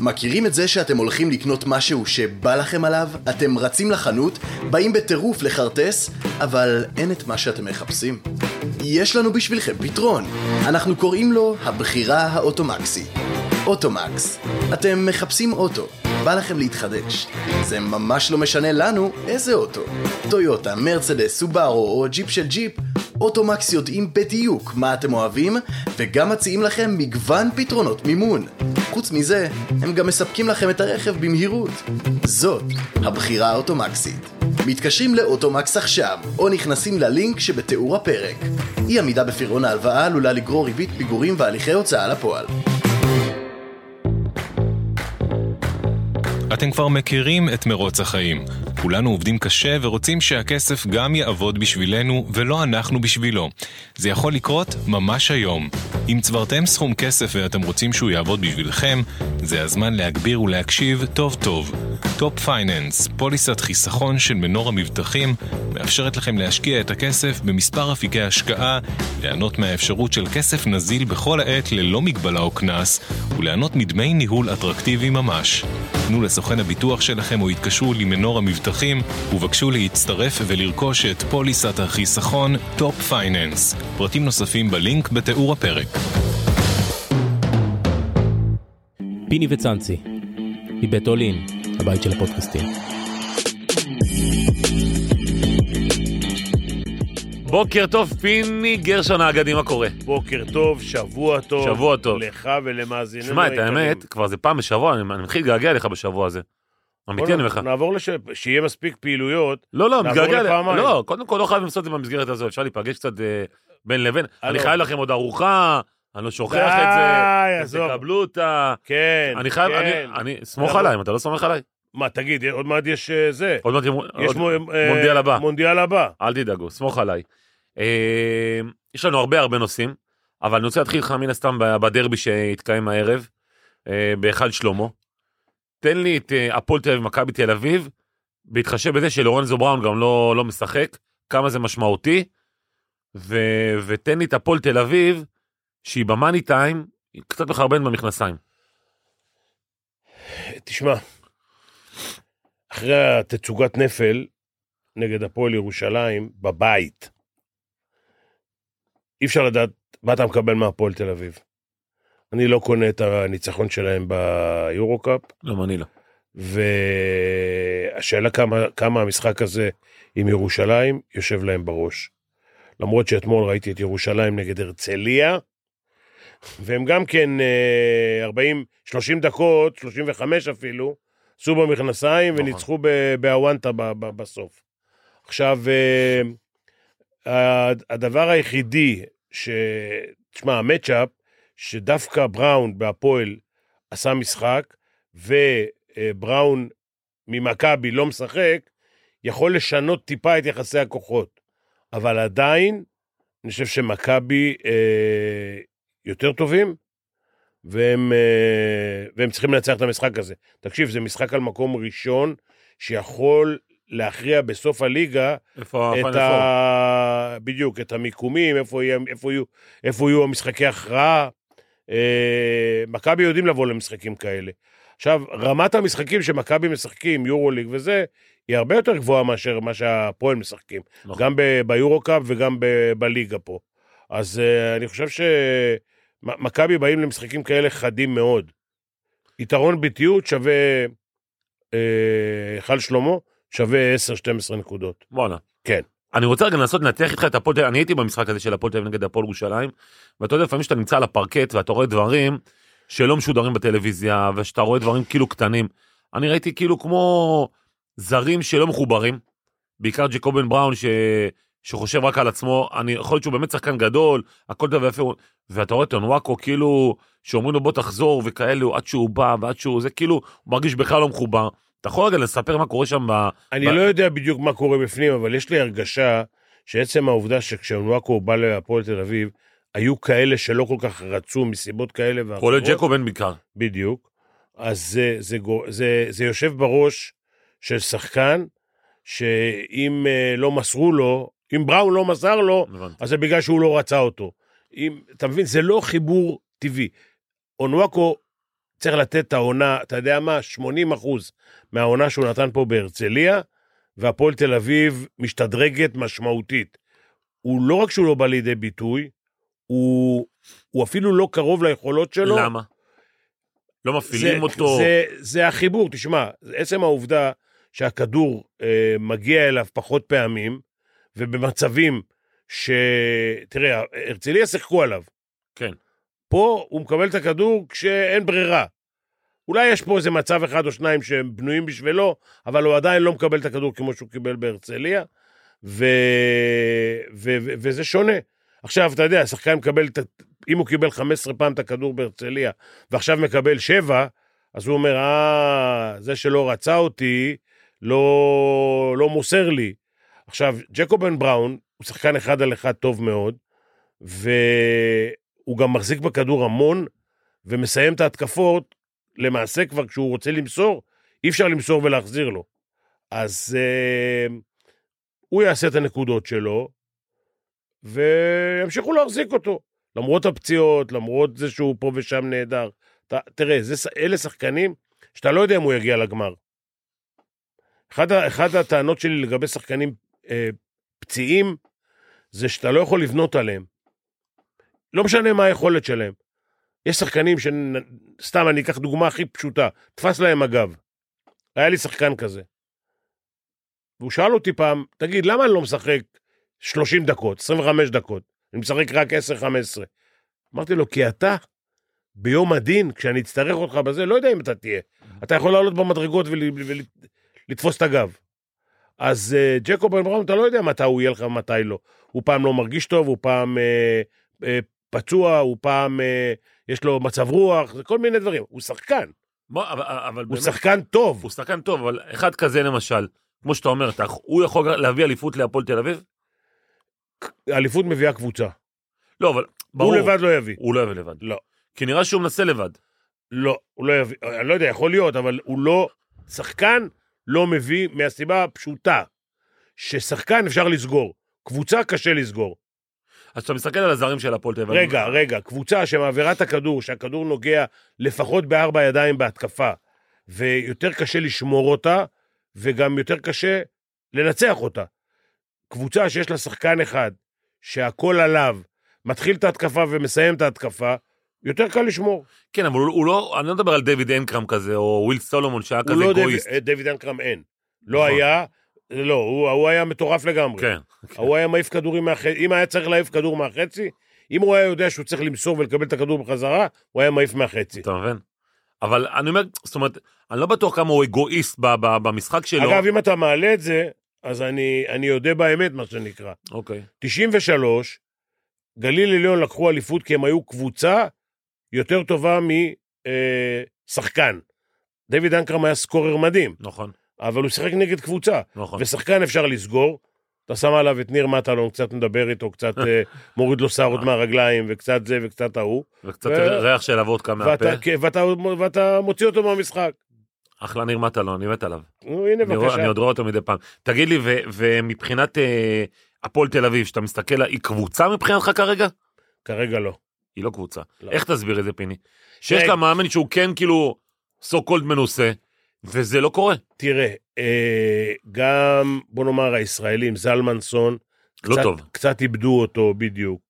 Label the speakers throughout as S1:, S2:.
S1: מכירים את זה שאתם הולכים לקנות משהו שבא לכם עליו? אתם רצים לחנות, באים בטירוף לחרטס, אבל אין את מה שאתם מחפשים? יש לנו בשבילכם פתרון. אנחנו קוראים לו הבחירה האוטומקסית. אוטומקס. אתם מחפשים אוטו, בא לכם להתחדש. זה ממש לא משנה לנו איזה אוטו. טויוטה, מרצדס, סובארו או ג'יפ של ג'יפ, אוטומקס יודעים בדיוק מה אתם אוהבים, וגם מציעים לכם מגוון פתרונות מימון. חוץ מזה, הם גם מספקים לכם את הרכב במהירות. זאת הבחירה האוטומקסית. מתקשרים לאוטומקס עכשיו, או נכנסים ללינק שבתיאור הפרק. אי עמידה בפירעון ההלוואה עלולה לגרור ריבית פיגורים והליכי הוצאה לפועל.
S2: אתם כבר מכירים את מרוץ החיים. כולנו עובדים קשה ורוצים שהכסף גם יעבוד בשבילנו ולא אנחנו בשבילו. זה יכול לקרות ממש היום. אם צברתם סכום כסף ואתם רוצים שהוא יעבוד בשבילכם, זה הזמן להגביר ולהקשיב טוב טוב. טופ פייננס, פוליסת חיסכון של מנור המבטחים, מאפשרת לכם להשקיע את הכסף במספר אפיקי השקעה, ליהנות מהאפשרות של כסף נזיל בכל העת ללא מגבלה או קנס, וליהנות מדמי ניהול אטרקטיבי ממש. פנו לסוכן הביטוח שלכם או התקשרו למנור המבטחים ובקשו להצטרף ולרכוש את פוליסת החיסכון טופ פייננס. פרטים נוספים בלינק בתיאור הפרק.
S3: פיני וצאנצי, מבית אולין, הבית של הפודקאסטים.
S4: בוקר טוב, פיני גרשון האגדי, מה קורה?
S5: בוקר טוב, שבוע טוב.
S4: שבוע טוב.
S5: לך ולמאזיננו.
S4: שמע, את
S5: היקרים.
S4: האמת, כבר זה פעם בשבוע, אני אני מתחיל להתגעגע אליך בשבוע הזה.
S5: בוא
S4: אמיתי
S5: נע-
S4: אני אומר לך.
S5: נעבור לש... שיהיה מספיק פעילויות.
S4: לא, לא,
S5: נעבור
S4: מתגעגע אליך.
S5: לפעמיים.
S4: לא, קודם כל לא חייבים לעשות את זה במסגרת הזו, אפשר להיפגש קצת אה, בין לבין. אני
S5: הלו.
S4: חייב לכם עוד ארוחה, אני לא שוכח
S5: די,
S4: את זה,
S5: עזוב.
S4: אתם תקבלו אותה.
S5: כן,
S4: אני חייב,
S5: כן.
S4: אני- אני, סמוך
S5: אנחנו-
S4: עליי, אם אתה לא סומך עליי.
S5: מה, תגיד, עוד מעט יש אה, זה.
S4: עוד מעט,
S5: יש
S4: עוד-
S5: מו- אה,
S4: מונדיאל הבא.
S5: מונדיאל הבא.
S4: אל תדאגו, סמוך עליי. אה, יש לנו הרבה הרבה נושאים, אבל אני רוצה להתחיל לך מן הסתם ב- בדרבי שהתקיים הערב, אה, בהיכל שלמה. תן לי את אה, הפועל תל אביב ומכבי תל אביב, בהתחשב בזה שלורנזו בראון גם לא, לא משחק, כמה זה משמעותי, ו, ותן לי את הפועל תל אביב, שהיא במאני טיים, היא קצת מחרבנת במכנסיים.
S5: אה, תשמע, אחרי התצוגת נפל נגד הפועל ירושלים בבית, אי אפשר לדעת מה אתה מקבל מהפועל תל אביב. אני לא קונה את הניצחון שלהם ביורו-קאפ,
S4: לא, אני לא.
S5: והשאלה כמה, כמה המשחק הזה עם ירושלים יושב להם בראש. למרות שאתמול ראיתי את ירושלים נגד הרצליה, והם גם כן אה, 40, 30 דקות, 35 אפילו, עשו במכנסיים
S4: נכון.
S5: וניצחו ב- באוונטה ב- ב- בסוף. עכשיו, אה, הד- הדבר היחידי ש... תשמע, המצ'אפ, שדווקא בראון בהפועל עשה משחק, ובראון ממכבי לא משחק, יכול לשנות טיפה את יחסי הכוחות. אבל עדיין, אני חושב שמכבי אה, יותר טובים, והם, אה, והם צריכים לנצח את המשחק הזה. תקשיב, זה משחק על מקום ראשון, שיכול להכריע בסוף הליגה
S4: איפה
S5: את
S4: הפאנל פור?
S5: ה... בדיוק, את המיקומים, איפה, יהיה, איפה, יהיו, איפה יהיו המשחקי הכרעה. אה, מכבי יודעים לבוא למשחקים כאלה. עכשיו, רמת המשחקים שמכבי משחקים, יורוליג וזה, היא הרבה יותר גבוהה מאשר מה שהפועל משחקים.
S4: נכון.
S5: גם ב- ביורו-קאפ וגם ב- בליגה פה. אז אה, אני חושב שמכבי באים למשחקים כאלה חדים מאוד. יתרון ביטיות שווה, אה, היכל שלמה, שווה 10-12 נקודות.
S4: וואלה.
S5: כן.
S4: אני רוצה רגע לנסות לנתח איתך את הפועל תל אביב, אני הייתי במשחק הזה של הפועל תל אביב נגד הפועל ירושלים, ואתה יודע לפעמים שאתה נמצא על הפרקט ואתה רואה דברים שלא משודרים בטלוויזיה, ושאתה רואה דברים כאילו קטנים. אני ראיתי כאילו כמו זרים שלא מחוברים, בעיקר ג'קובן בראון ש... שחושב רק על עצמו, אני יכול להיות שהוא באמת שחקן גדול, הכל טוב ויפה, הוא- ואתה רואה את אונוואקו כאילו, שאומרים לו בוא תחזור וכאלו, עד שהוא בא ועד שהוא זה, כאילו, הוא מרגיש בכלל לא מחובר. אתה יכול רגע לספר מה קורה שם ב...
S5: אני
S4: ב-
S5: לא יודע בדיוק מה קורה בפנים, אבל יש לי הרגשה שעצם העובדה שכשאונואקו בא להפועל תל אביב, היו כאלה שלא כל כך רצו מסיבות כאלה ואחרות.
S4: כולל ג'קובן בעיקר.
S5: בדיוק. אז זה, זה, גו- זה, זה יושב בראש של שחקן, שאם אה, לא מסרו לו, אם בראון לא מסר לו,
S4: הבנתי.
S5: אז זה בגלל שהוא לא רצה אותו. אם, אתה מבין, זה לא חיבור טבעי. אונואקו צריך לתת את העונה, אתה יודע מה, 80 אחוז מהעונה שהוא נתן פה בהרצליה, והפועל תל אביב משתדרגת משמעותית. הוא לא רק שהוא לא בא לידי ביטוי, הוא, הוא אפילו לא קרוב ליכולות שלו.
S4: למה? לא מפעילים אותו.
S5: זה, זה החיבור, תשמע, עצם העובדה שהכדור אה, מגיע אליו פחות פעמים, ובמצבים ש... תראה, הרצליה שיחקו עליו.
S4: כן.
S5: פה הוא מקבל את הכדור כשאין ברירה. אולי יש פה איזה מצב אחד או שניים שהם בנויים בשבילו, אבל הוא עדיין לא מקבל את הכדור כמו שהוא קיבל בהרצליה, ו... ו... ו... וזה שונה. עכשיו, אתה יודע, השחקן מקבל, את... ה- אם הוא קיבל 15 פעם את הכדור בהרצליה, ועכשיו מקבל 7, אז הוא אומר, אה, זה שלא רצה אותי, לא, לא מוסר לי. עכשיו, ג'קובן בראון הוא שחקן אחד על אחד טוב מאוד, והוא גם מחזיק בכדור המון, ומסיים את ההתקפות, למעשה כבר כשהוא רוצה למסור, אי אפשר למסור ולהחזיר לו. אז אה, הוא יעשה את הנקודות שלו, וימשיכו להחזיק אותו. למרות הפציעות, למרות זה שהוא פה ושם נהדר. אתה, תראה, זה, אלה שחקנים שאתה לא יודע אם הוא יגיע לגמר. אחת, ה- אחת הטענות שלי לגבי שחקנים אה, פציעים, זה שאתה לא יכול לבנות עליהם. לא משנה מה היכולת שלהם. יש שחקנים ש... סתם, אני אקח דוגמה הכי פשוטה, תפס להם הגב. היה לי שחקן כזה. והוא שאל אותי פעם, תגיד, למה אני לא משחק 30 דקות, 25 דקות? אני משחק רק 10-15. אמרתי לו, כי אתה, ביום הדין, כשאני אצטרך אותך בזה, לא יודע אם אתה תהיה. אתה יכול לעלות במדרגות ולתפוס את הגב. אז uh, ג'קובן בראון, אתה לא יודע מתי הוא יהיה לך ומתי לא. הוא פעם לא מרגיש טוב, הוא פעם אה, אה, פצוע, הוא פעם אה, יש לו מצב רוח, זה כל מיני דברים. הוא שחקן,
S4: בוא, אבל, אבל
S5: הוא
S4: באמת,
S5: שחקן טוב.
S4: הוא שחקן טוב, אבל אחד כזה למשל, כמו שאתה אומר, אתה, הוא יכול להביא אליפות להפועל תל אביב?
S5: האליפות מביאה קבוצה.
S4: לא, אבל ברור.
S5: הוא לבד לא יביא.
S4: הוא לא יביא לבד.
S5: לא.
S4: כי נראה שהוא מנסה לבד.
S5: לא, הוא לא יביא, אני לא יודע, יכול להיות, אבל הוא לא, שחקן לא מביא מהסיבה הפשוטה, ששחקן אפשר לסגור, קבוצה קשה לסגור.
S4: אז אתה מסתכל על הזרים של הפועל תל אביב.
S5: רגע, רגע, קבוצה שמעבירה את הכדור, שהכדור נוגע לפחות בארבע ידיים בהתקפה, ויותר קשה לשמור אותה, וגם יותר קשה לנצח אותה. קבוצה שיש לה שחקן אחד, שהכל עליו, מתחיל את ההתקפה ומסיים את ההתקפה, יותר קל לשמור.
S4: כן, אבל הוא, הוא לא, אני לא מדבר על דיוויד אנקרם כזה, או וויל סולומון שהיה
S5: הוא
S4: כזה
S5: לא
S4: אגואיסט.
S5: דיוויד, דיוויד אנקרם אין. לא
S4: נכון.
S5: היה, לא, הוא, הוא היה מטורף לגמרי.
S4: כן.
S5: הוא היה מעיף כדורים מהחצי, אם היה צריך להעיף כדור מהחצי, אם הוא היה יודע שהוא צריך למסור ולקבל את הכדור בחזרה, הוא היה מעיף מהחצי.
S4: אתה מבין? אבל אני אומר, זאת אומרת, אני לא בטוח כמה הוא אגואיסט ב, ב, במשחק שלו.
S5: אגב, אם אתה מעלה את זה, אז אני, אני אודה באמת, מה שנקרא.
S4: אוקיי.
S5: 93, גליל עליון לקחו אליפות כי הם היו קבוצה יותר טובה משחקן. דיוויד אנקרם היה סקורר מדהים,
S4: נכון,
S5: אבל הוא שיחק נגד קבוצה.
S4: נכון.
S5: ושחקן אפשר לסגור. אתה שם עליו את ניר מטלון, קצת מדבר איתו, קצת אה, מוריד לו שערות מהרגליים, וקצת זה וקצת ההוא,
S4: וקצת
S5: ו-
S4: ריח של הוודקה מהפה.
S5: ואתה, כן, ואתה, ואתה מוציא אותו מהמשחק.
S4: אחלה ניר מטלון, אני מת עליו.
S5: נו, הנה,
S4: אני רואה-
S5: בבקשה.
S4: אני עוד רואה אותו מדי פעם. תגיד לי, ו- ומבחינת אה, הפועל תל אביב, שאתה מסתכל, היא קבוצה מבחינתך כרגע?
S5: כרגע לא.
S4: היא לא קבוצה.
S5: לא.
S4: איך תסביר את זה, פיני? שיש
S5: רגע.
S4: לה מאמן שהוא כן כאילו סו קולד מנוסה, וזה לא קורה.
S5: תראה, אה, גם, בוא נאמר, הישראלים, זלמנסון,
S4: לא
S5: קצת-
S4: טוב.
S5: קצת איבדו אותו, בדיוק.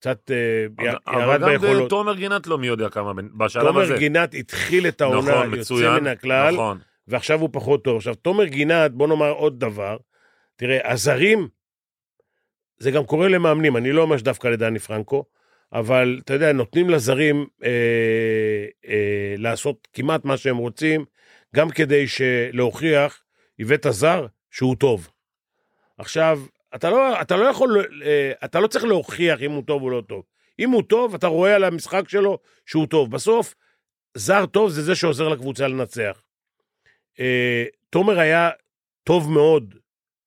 S5: קצת אה, י-
S4: אבל
S5: ירד
S4: גם זה
S5: ביכולות.
S4: תומר גינת לא מי יודע כמה בן- בשלב הזה.
S5: תומר גינת התחיל את העונה,
S4: נכון,
S5: יוצא
S4: מצוין.
S5: מן הכלל,
S4: נכון.
S5: ועכשיו הוא פחות טוב. עכשיו, תומר גינת, בוא נאמר עוד דבר, תראה, הזרים, זה גם קורה למאמנים, אני לא אומר שדווקא לדני פרנקו, אבל אתה יודע, נותנים לזרים אה, אה, לעשות כמעט מה שהם רוצים, גם כדי ש- להוכיח, הבאת זר, שהוא טוב. עכשיו, אתה לא, אתה לא יכול, אה, אתה לא צריך להוכיח אם הוא טוב או לא טוב. אם הוא טוב, אתה רואה על המשחק שלו שהוא טוב. בסוף, זר טוב זה זה שעוזר לקבוצה לנצח. אה, תומר היה טוב מאוד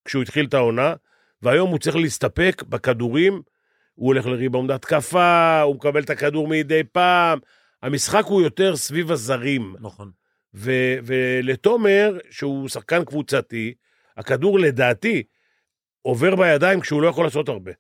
S5: כשהוא התחיל את העונה, והיום הוא צריך להסתפק בכדורים, הוא הולך לריבאונד התקפה, הוא מקבל את הכדור מדי פעם. המשחק הוא יותר סביב הזרים.
S4: נכון.
S5: ו- ולתומר, שהוא שחקן קבוצתי, הכדור לדעתי עובר בידיים כשהוא לא יכול לעשות הרבה.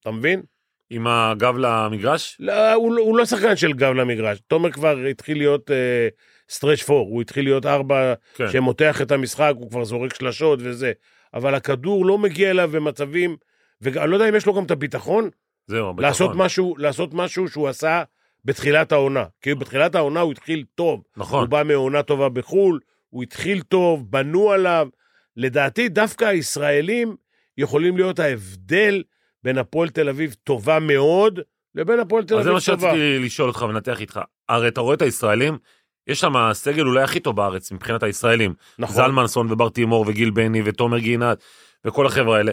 S5: אתה מבין?
S4: עם הגב למגרש?
S5: לא, הוא, לא- הוא לא שחקן של גב למגרש. תומר כבר התחיל להיות אה, סטרץ' פור, הוא התחיל להיות ארבע
S4: כן.
S5: שמותח את המשחק, הוא כבר זורק שלשות וזה. אבל הכדור לא מגיע אליו במצבים, ואני לא יודע אם יש לו גם את הביטחון,
S4: זהו, הביטחון.
S5: לעשות משהו, לעשות משהו שהוא עשה בתחילת העונה. כי בתחילת העונה הוא התחיל טוב. הוא
S4: נכון.
S5: בא מעונה טובה בחו"ל, הוא התחיל טוב, בנו עליו. לדעתי, דווקא הישראלים יכולים להיות ההבדל בין הפועל תל אביב טובה מאוד, לבין הפועל תל
S4: אז זה
S5: אביב
S4: מה
S5: טובה.
S4: שרציתי לשאול אותך ולנתח איתך. הרי אתה רואה את הישראלים, יש שם הסגל אולי הכי טוב בארץ מבחינת הישראלים.
S5: נכון.
S4: זלמנסון ובר תימור וגיל בני ותומר גינת וכל החבר'ה האלה.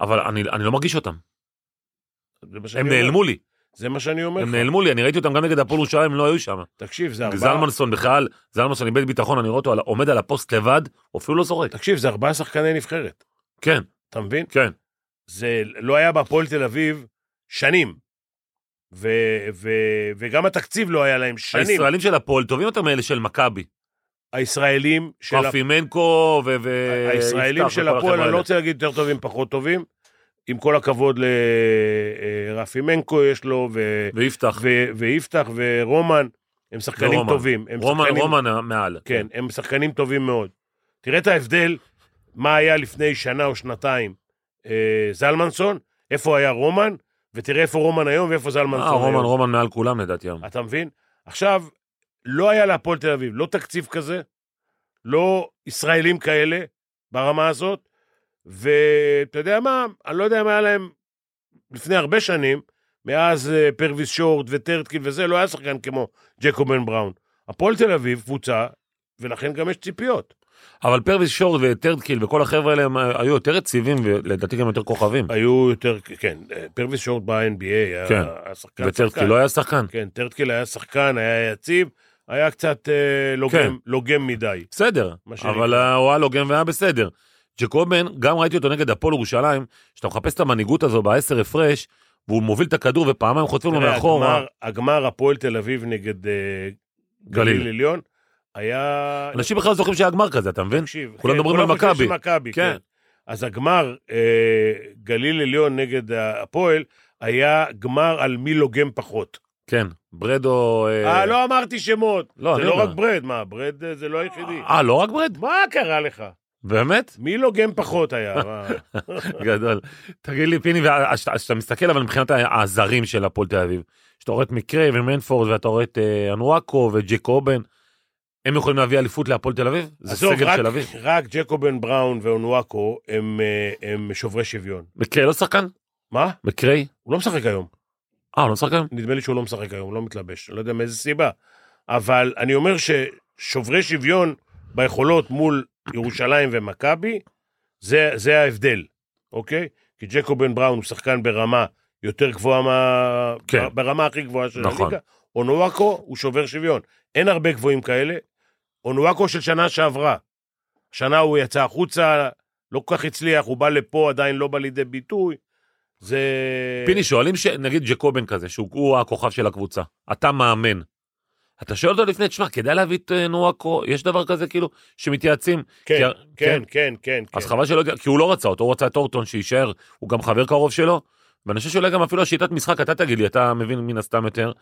S4: אבל אני, אני לא מרגיש אותם,
S5: זה מה שאני
S4: הם
S5: אומר.
S4: נעלמו לי,
S5: זה מה שאני אומר
S4: הם
S5: לך.
S4: נעלמו לי, אני ראיתי אותם גם נגד הפועל ירושלים, הם לא היו שם.
S5: תקשיב, זה ארבעה...
S4: זלמנסון בכלל, זלמנסון איבד ביטחון, אני רואה אותו על- עומד על הפוסט לבד, הוא אפילו לא זורק.
S5: תקשיב, זה ארבעה שחקני נבחרת.
S4: כן,
S5: אתה מבין?
S4: כן.
S5: זה לא היה בהפועל תל אביב שנים. ו, ו, וגם התקציב לא היה להם שנים.
S4: הישראלים של הפועל טובים יותר מאלה של מכבי.
S5: הישראלים של הפ-
S4: רפי מנקו ו... ו-
S5: הישראלים
S4: אה, יפתח
S5: של הפועל,
S4: וכל החבר'ה
S5: אני לא
S4: האלה.
S5: רוצה להגיד יותר טובים, פחות טובים. עם כל הכבוד לרפי מנקו יש לו, ו-
S4: ויפתח.
S5: ו- ויפתח ורומן, הם שחקנים
S4: ורומן.
S5: טובים. הם
S4: רומן,
S5: שחקנים-
S4: רומן מעל.
S5: כן, הם שחקנים טובים מאוד. תראה את ההבדל, מה היה לפני שנה או שנתיים אה, זלמנסון, איפה היה רומן, ותראה איפה רומן אה. היום ואיפה
S4: אה,
S5: זלמנסון היום.
S4: רומן, רומן מעל כולם לדעתי היום.
S5: אתה מבין? עכשיו, לא היה להפועל תל אביב, לא תקציב כזה, לא ישראלים כאלה ברמה הזאת, ואתה יודע מה, אני לא יודע מה היה להם לפני הרבה שנים, מאז אה, פרוויס שורט וטרטקין וזה, לא היה שחקן כמו ג'קובן בראון. הפועל תל אביב קבוצה, ולכן גם יש ציפיות.
S4: אבל פרוויס שורט וטרדקיל וכל החבר'ה האלה הם אה, היו יותר יציבים ולדעתי גם יותר כוכבים.
S5: היו יותר, כן, אה, פרוויס שורט ב-NBA, היה
S4: כן.
S5: היה שחקן
S4: וטרדקיל לא היה שחקן.
S5: כן, טרטקין היה שחקן, היה יציב, היה קצת אה, לוגם,
S4: כן.
S5: לוגם מדי.
S4: בסדר,
S5: מה שנקרא.
S4: אבל הוא היה לו גם והיה בסדר. ג'קובן, גם ראיתי אותו נגד הפועל ירושלים, שאתה מחפש את המנהיגות הזו בעשר הפרש, והוא מוביל את הכדור ופעמיים חוטפים לו
S5: תראה,
S4: מאחורה.
S5: הגמר- הגמר הפועל תל אביב נגד אה,
S4: גליל.
S5: גליל עליון היה...
S4: אנשים בכלל לא זוכרים שהיה גמר כזה, אתה מבין?
S5: תקשיב,
S4: כולם
S5: כן,
S4: מדברים
S5: כולם
S4: על
S5: חושבים
S4: מכבי.
S5: שמכבי,
S4: כן.
S5: כן. אז הגמר אה, גליל עליון נגד הפועל היה גמר על מי לוגם פחות.
S4: כן, ברדו...
S5: אה, לא אמרתי שמות.
S4: לא,
S5: זה
S4: אני
S5: לא
S4: אומר.
S5: רק ברד, מה, ברד אה, זה לא היחידי.
S4: אה, לא רק ברד?
S5: מה קרה לך?
S4: באמת?
S5: מי לוגם פחות היה? מה?
S4: גדול. תגיד לי, פיני, וה- אז אתה- אז אתה מסתכל אבל מבחינת ה- הזרים של הפועל תל אביב, שאתה רואה את מקרי ומנפורד ואתה רואה את אה, אנואקו וג'קובן, הם יכולים להביא אליפות להפועל תל אביב? זה
S5: עזוב,
S4: סגל
S5: רק-
S4: של אביב.
S5: רק ג'קובן בראון ואונואקו הם, אה, הם שוברי שוויון.
S4: מקרי לא שחקן?
S5: מה?
S4: מקרי?
S5: הוא לא משחק היום.
S4: אה, הוא לא שחקן?
S5: נדמה לי שהוא לא משחק היום, לא מתלבש, לא יודע מאיזה סיבה. אבל אני אומר ששוברי שוויון ביכולות מול ירושלים ומכבי, זה, זה ההבדל, אוקיי? כי ג'קובן בראון הוא שחקן ברמה יותר גבוהה מה...
S4: כן.
S5: ברמה הכי גבוהה של
S4: נכון.
S5: הליגה. אונואקו הוא שובר שוויון. אין הרבה גבוהים כאלה. אונואקו של שנה שעברה. שנה הוא יצא החוצה, לא כל כך הצליח, הוא בא לפה, עדיין לא בא לידי ביטוי. זה...
S4: פיני, שואלים, ש... נגיד ג'קובן כזה, שהוא הוא הכוכב של הקבוצה, אתה מאמן. אתה שואל אותו לפני, תשמע, כדאי להביא את אה, נואקו, יש דבר כזה כאילו, שמתייעצים?
S5: כן,
S4: כי ה-
S5: כן, כן, כן.
S4: אז
S5: כן.
S4: חבל שלא, כי הוא לא רצה אותו, הוא רצה את אורטון שיישאר, הוא גם חבר קרוב שלו, ואני חושב שאולי גם אפילו השיטת משחק, אתה תגיד לי, אתה מבין מן הסתם יותר,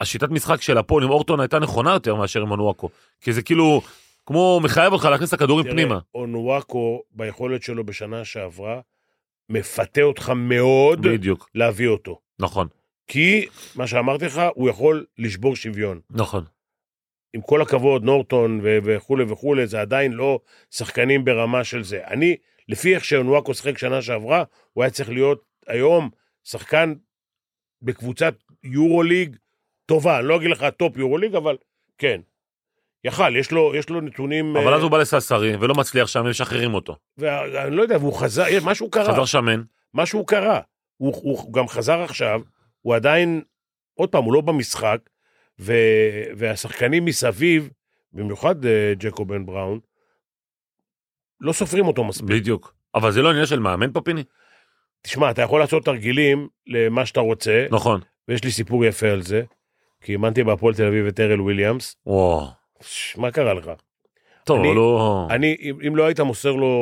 S4: השיטת משחק של הפועל עם אורטון הייתה נכונה יותר מאשר עם הנואקו, כי זה כאילו, כמו מחייב אותך להכניס את הכדורים
S5: תראה,
S4: פנימה.
S5: אונואקו, ביכולת שלו בשנה שעברה, מפתה אותך מאוד
S4: בדיוק,
S5: להביא אותו.
S4: נכון,
S5: כי, מה שאמרתי לך, הוא יכול לשבור שוויון.
S4: נכון,
S5: עם כל הכבוד, נורטון ו- וכולי וכולי, זה עדיין לא שחקנים ברמה של זה. אני, לפי איך שאונואקו שיחק שנה שעברה, הוא היה צריך להיות היום שחקן בקבוצת יורוליג טובה, אני לא אגיד לך טופ יורוליג, אבל כן. יכל, יש לו, יש לו נתונים...
S4: אבל
S5: אה,
S4: אז הוא בא לסלסרי ולא מצליח שם, הם משחררים אותו.
S5: ואני לא יודע, והוא חזר, משהו קרה.
S4: חזר שמן,
S5: משהו קרה. הוא, הוא, הוא גם חזר עכשיו, הוא עדיין, עוד פעם, הוא לא במשחק, ו, והשחקנים מסביב, במיוחד אה, ג'קובן בראון, לא סופרים אותו מספיק. כן.
S4: בדיוק. אבל זה לא עניין של מאמן פה, פיני?
S5: תשמע, אתה יכול לעשות תרגילים למה שאתה רוצה, לא.
S4: נכון.
S5: ויש לי סיפור יפה על זה, כי אימנתי בהפועל תל אביב את ארל וויליאמס,
S4: וואו.
S5: ש- מה קרה לך?
S4: טוב,
S5: אני-
S4: אבל לא...
S5: אני, אם, אם לא היית מוסר לו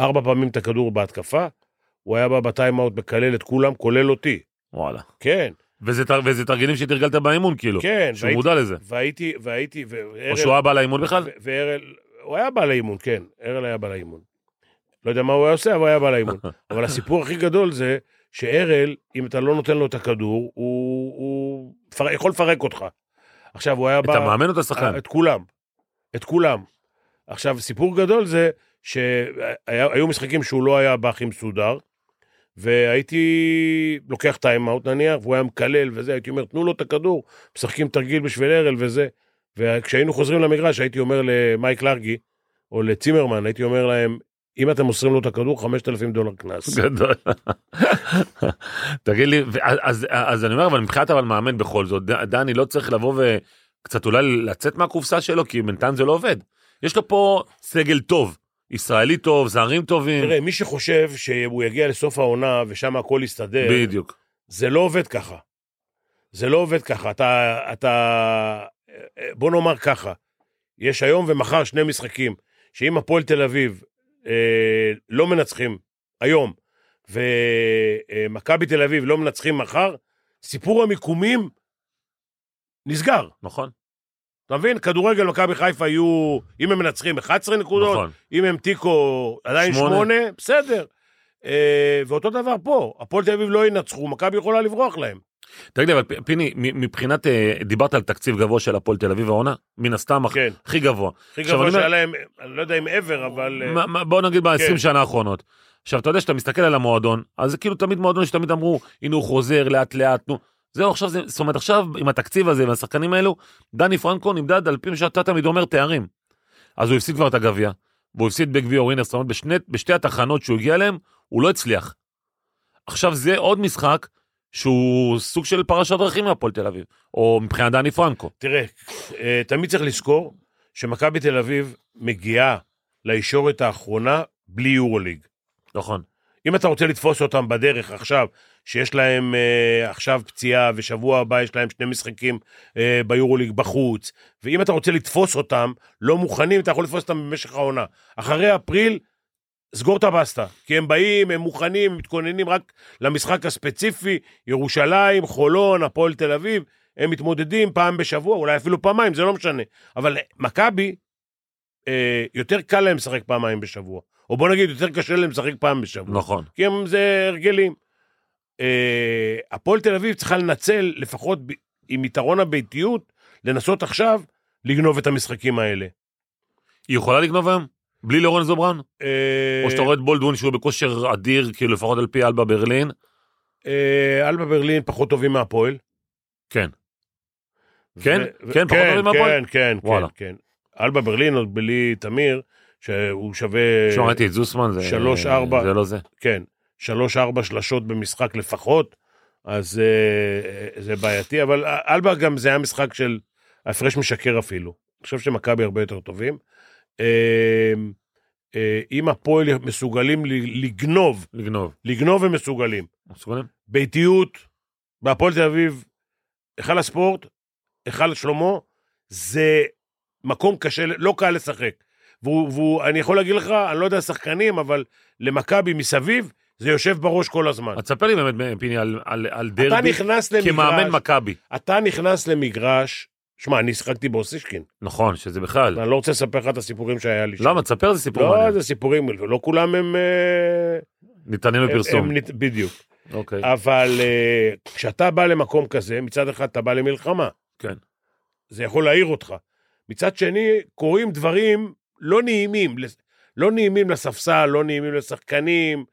S5: ארבע פעמים את הכדור בהתקפה, הוא היה בא בטיימאוט מקלל את כולם, כולל אותי.
S4: וואלה.
S5: כן,
S4: וזה, תר- וזה תרגילים שתרגלת באימון, כאילו.
S5: כן.
S4: שהוא
S5: והייתי-
S4: מודע לזה.
S5: והייתי, והייתי,
S4: או
S5: והרל,
S4: שהוא היה בא לאימון בכלל?
S5: ו- והרל, הוא היה בא לאימון, כן, הרל היה בא לאימון. לא יודע מה הוא היה עושה, אבל הוא היה בא לאימון. אבל הסיפור הכי גדול זה שהרל, אם אתה לא נותן לו את הכדור, הוא, הוא פר... יכול לפרק אותך. עכשיו, הוא היה
S4: את
S5: בא...
S4: המאמן או את השחקן?
S5: את כולם. את כולם. עכשיו, סיפור גדול זה שהיו משחקים שהוא לא היה בהכי מסודר, והייתי לוקח טיימאוט נניח, והוא היה מקלל וזה, הייתי אומר, תנו לו את הכדור, משחקים תרגיל בשביל ארל וזה. וכשהיינו חוזרים למגרש, הייתי אומר למייק לארגי, או לצימרמן, הייתי אומר להם, אם אתם מוסרים לו את הכדור, 5,000 דולר קנס.
S4: גדול. תגיד לי, ואז- אז- אז אני אומר, אבל מבחינת אבל מאמן בכל זאת, ד- דני לא צריך לבוא וקצת אולי לצאת מהקופסה שלו, כי בינתיים זה לא עובד. יש לו פה סגל טוב, ישראלי טוב, זרים טובים,
S5: תראה, מי שחושב שהוא יגיע לסוף העונה ושם הכל יסתדר,
S4: בדיוק.
S5: זה לא עובד ככה. זה לא עובד ככה. אתה, אתה... בוא נאמר ככה, יש היום ומחר שני משחקים, שאם הפועל תל אביב אה, לא מנצחים היום, ומכבי תל אביב לא מנצחים מחר, סיפור המיקומים נסגר.
S4: נכון,
S5: אתה מבין? כדורגל מכבי חיפה יהיו, אם הם מנצחים 11 נקודות,
S4: נכון.
S5: אם הם תיקו עדיין
S4: שמונה.
S5: שמונה, בסדר. אה, ואותו דבר פה, הפועל תל אביב לא ינצחו, מכבי יכולה לברוח להם.
S4: תגיד לי, אבל פ- פיני, מ- מבחינת, אה, דיברת על תקציב גבוה של הפועל תל אביב העונה, מן הסתם הכ-
S5: כן.
S4: הכי גבוה.
S5: הכי
S4: עכשיו,
S5: גבוה
S4: אני אומר-
S5: שהיה להם, אני לא יודע אם ever, אבל... אה,
S4: מה- מה- בוא נגיד ב-20
S5: כן.
S4: שנה האחרונות. עכשיו, אתה יודע שאתה מסתכל על המועדון, אז זה כאילו תמיד מועדון שתמיד אמרו, הנה הוא חוזר לאט לאט, נו. זהו, עכשיו זה, זאת אומרת, עכשיו עם התקציב הזה והשחקנים האלו, דני פרנקו נמדד על פי מה שאתה תמיד אומר תארים. אז הוא הפסיד כבר את הגביע, והוא הפסיד בגביע אורינר, זאת אומרת, בשני, בשתי התחנות שהוא הגיע אליהן, הוא לא הצליח. עכשיו זה עוד משחק שהוא סוג של פרשת דרכים מהפועל תל אביב, או מבחינת דני פרנקו.
S5: תראה, אה, תמיד צריך לזכור שמכבי תל אביב מגיעה לישורת האחרונה בלי יורוליג.
S4: נכון.
S5: אם אתה רוצה לתפוס אותם בדרך עכשיו, שיש להם אה, עכשיו פציעה, ושבוע הבא יש להם שני משחקים אה, ביורוליג בחוץ, ואם אתה רוצה לתפוס אותם, לא מוכנים, אתה יכול לתפוס אותם במשך העונה. אחרי אפריל, סגור את הבסטה, כי הם באים, הם מוכנים, הם מתכוננים רק למשחק הספציפי, ירושלים, חולון, הפועל תל אביב, הם מתמודדים פעם בשבוע, אולי אפילו פעמיים, זה לא משנה. אבל מכבי, אה, יותר קל להם לשחק פעמיים בשבוע, או בוא נגיד, יותר קשה להם לשחק פעם בשבוע.
S4: נכון.
S5: כי הם זה הרגלים. אה, הפועל תל אביב צריכה לנצל, לפחות ב, עם יתרון הביתיות, לנסות עכשיו לגנוב את המשחקים האלה.
S4: היא יכולה לגנוב היום? בלי לורנזו בראון?
S5: אה,
S4: או שאתה רואה את בולדווין שהוא בכושר אדיר, כאילו לפחות על פי אלבה ברלין.
S5: אה, אלבה ברלין פחות טובים מהפועל.
S4: כן.
S5: אה,
S4: כן?
S5: ו-
S4: כן, פחות טובים מהפועל?
S5: כן, כן, כן,
S4: וואלה.
S5: כן. אלבה ברלין עוד בלי תמיר, שהוא שווה...
S4: תשמע, ראיתי את זוסמן, זה...
S5: שלוש, ארבע.
S4: זה לא זה.
S5: כן, שלוש-ארבע שלשות במשחק לפחות, אז אה, זה בעייתי, אבל אלבה גם זה היה משחק של ההפרש משקר אפילו. אני חושב שמכבי הרבה יותר טובים. אה, אה, אם הפועל מסוגלים ל- לגנוב,
S4: לגנוב.
S5: לגנוב הם מסוגלים.
S4: מסוגלים?
S5: ביתיות, בהפועל תל אביב, היכל הספורט, היכל שלמה, זה מקום קשה, לא קל לשחק. והוא- והוא- אני יכול להגיד לך, אני לא יודע שחקנים, אבל למכבי מסביב, זה יושב בראש כל הזמן.
S4: אז תספר לי באמת, פיני, על- על- על
S5: אתה
S4: דרבי
S5: נכנס למגרש,
S4: כמאמן מכבי.
S5: אתה נכנס למגרש, שמע, אני שיחקתי באוסישקין,
S4: נכון, שזה בכלל.
S5: אני לא רוצה לספר לך את הסיפורים שהיה לי. שם.
S4: למה? תספר, זה סיפור
S5: לא,
S4: מעניין.
S5: זה סיפורים, לא כולם הם... אה,
S4: ניתנים לפרסום.
S5: הם נת- בדיוק.
S4: אוקיי.
S5: אבל אה, כשאתה בא למקום כזה, מצד אחד אתה בא למלחמה.
S4: כן.
S5: זה יכול להעיר אותך. מצד שני, קורים דברים לא נעימים, לס- לא נעימים לספסל, לא נעימים לשחקנים.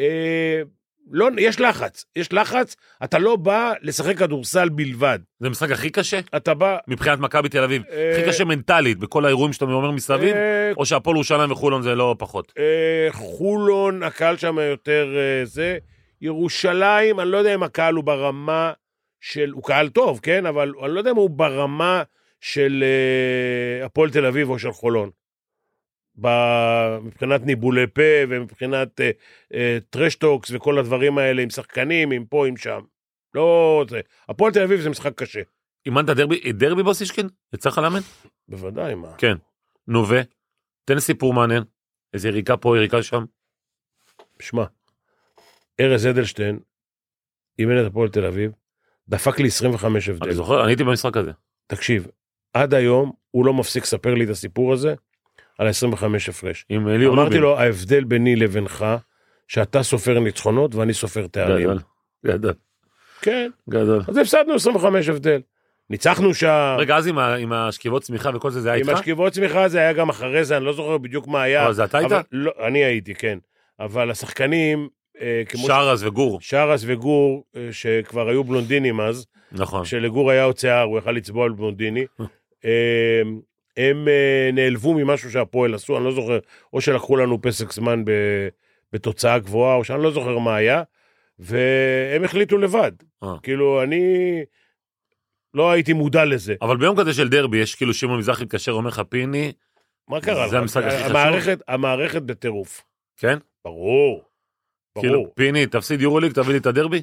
S5: אה, לא, יש לחץ, יש לחץ, אתה לא בא לשחק כדורסל בלבד,
S4: זה המשחק הכי קשה
S5: אתה בא...
S4: מבחינת מכבי תל אביב.
S5: אה,
S4: הכי קשה מנטלית בכל האירועים שאתה אומר מסביב,
S5: אה,
S4: או שהפועל ירושלים וחולון זה לא פחות.
S5: אה, חולון, הקהל שם יותר אה, זה. ירושלים, אני לא יודע אם הקהל הוא ברמה של... הוא קהל טוב, כן? אבל אני לא יודע אם הוא ברמה של אה, הפועל תל אביב או של חולון. ב... מבחינת ניבולי פה ומבחינת אה, אה, טרשטוקס וכל הדברים האלה עם שחקנים, עם פה, עם שם. לא זה. הפועל תל אביב זה משחק קשה.
S4: אימנת דרבי, דרבי בוסישקין? יצא לך לאמן?
S5: בוודאי, מה.
S4: כן. נו ו? תן סיפור מעניין. איזה יריקה פה, יריקה שם.
S5: שמע, ארז אדלשטיין, אימן את הפועל תל אביב, דפק לי 25 הבדל.
S4: אני זוכר, אני הייתי במשחק הזה.
S5: תקשיב, עד היום הוא לא מפסיק לספר לי את הסיפור הזה על ה-25 הפרש.
S4: עם אה, אליהו רובין.
S5: אמרתי לו, ההבדל ביני לבינך, שאתה סופר ניצחונות ואני
S4: כן,
S5: סופר תארים.
S4: גדול, גדול,
S5: כן,
S4: גדול.
S5: אז הפסדנו 25 הבדל. ניצחנו שם,
S4: רגע, אז עם ה- עם השכיבות צמיחה וכל זה, זה היה
S5: עם
S4: איתך?
S5: השכיבות צמיחה זה היה גם אחרי זה, אני לא זוכר בדיוק מה היה.
S4: אה, זה אתה היית?
S5: אבל- לא, אני הייתי, כן. אבל השחקנים, אה, כמו
S4: שרז וגור.
S5: שרס וגור, אה, שכבר היו בלונדינים אז,
S4: נכון.
S5: כשלגור היה עוד שיער, הוא יכל לצבוע על בלונדיני, אה, הם אה, נעלבו ממשהו שהפועל עשו, אני לא זוכר, או שלקחו לנו פסק זמן ב, בתוצאה גבוהה, או שאני לא זוכר מה היה, והם החליטו לבד.
S4: אה.
S5: כאילו, אני לא הייתי מודע לזה.
S4: אבל ביום כזה של דרבי, יש כאילו שמעון מזרחי מתקשר, אומר לך פיני,
S5: מה קרה לך?
S4: זה המשחק הכי חשוב.
S5: המערכת, המערכת בטירוף.
S4: כן?
S5: ברור. ברור.
S4: כאילו, פיני, תפסיד יורוליג, תביא לי את הדרבי?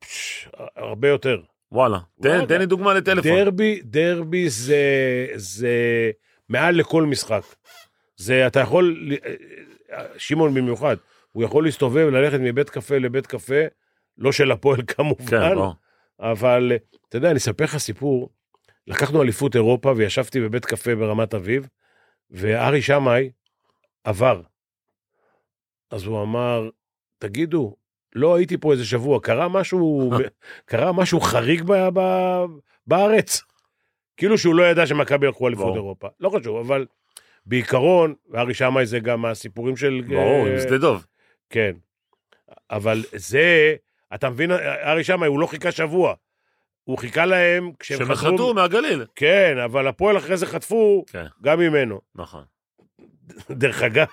S5: פש, הרבה יותר.
S4: וואלה.
S5: וואלה.
S4: תן, תן לי דוגמה לטלפון.
S5: לא דרבי, דרבי זה, זה מעל לכל משחק. זה, אתה יכול, שמעון במיוחד, הוא יכול להסתובב, ללכת מבית קפה לבית קפה, לא של הפועל
S4: כן,
S5: כמובן,
S4: ברור.
S5: אבל אתה יודע, אני אספר לך סיפור. לקחנו אליפות אירופה וישבתי בבית קפה ברמת אביב, וארי שמאי עבר. אז הוא אמר, תגידו, לא הייתי פה איזה שבוע, קרה משהו, קרה משהו חריג ב, ב, בארץ. כאילו שהוא לא ידע שמכבי לקחו אליפות
S4: ברור.
S5: אירופה. לא חשוב, אבל בעיקרון, וארי שמאי זה גם הסיפורים של...
S4: ברור,
S5: אה,
S4: עם שדה דוב.
S5: כן. אבל זה, אתה מבין, ארי שמאי, הוא לא חיכה שבוע. הוא חיכה להם כשהם
S4: שהם חטאו מהגליל.
S5: כן, אבל הפועל אחרי זה חטפו
S4: כן.
S5: גם ממנו.
S4: נכון.
S5: דרך אגב,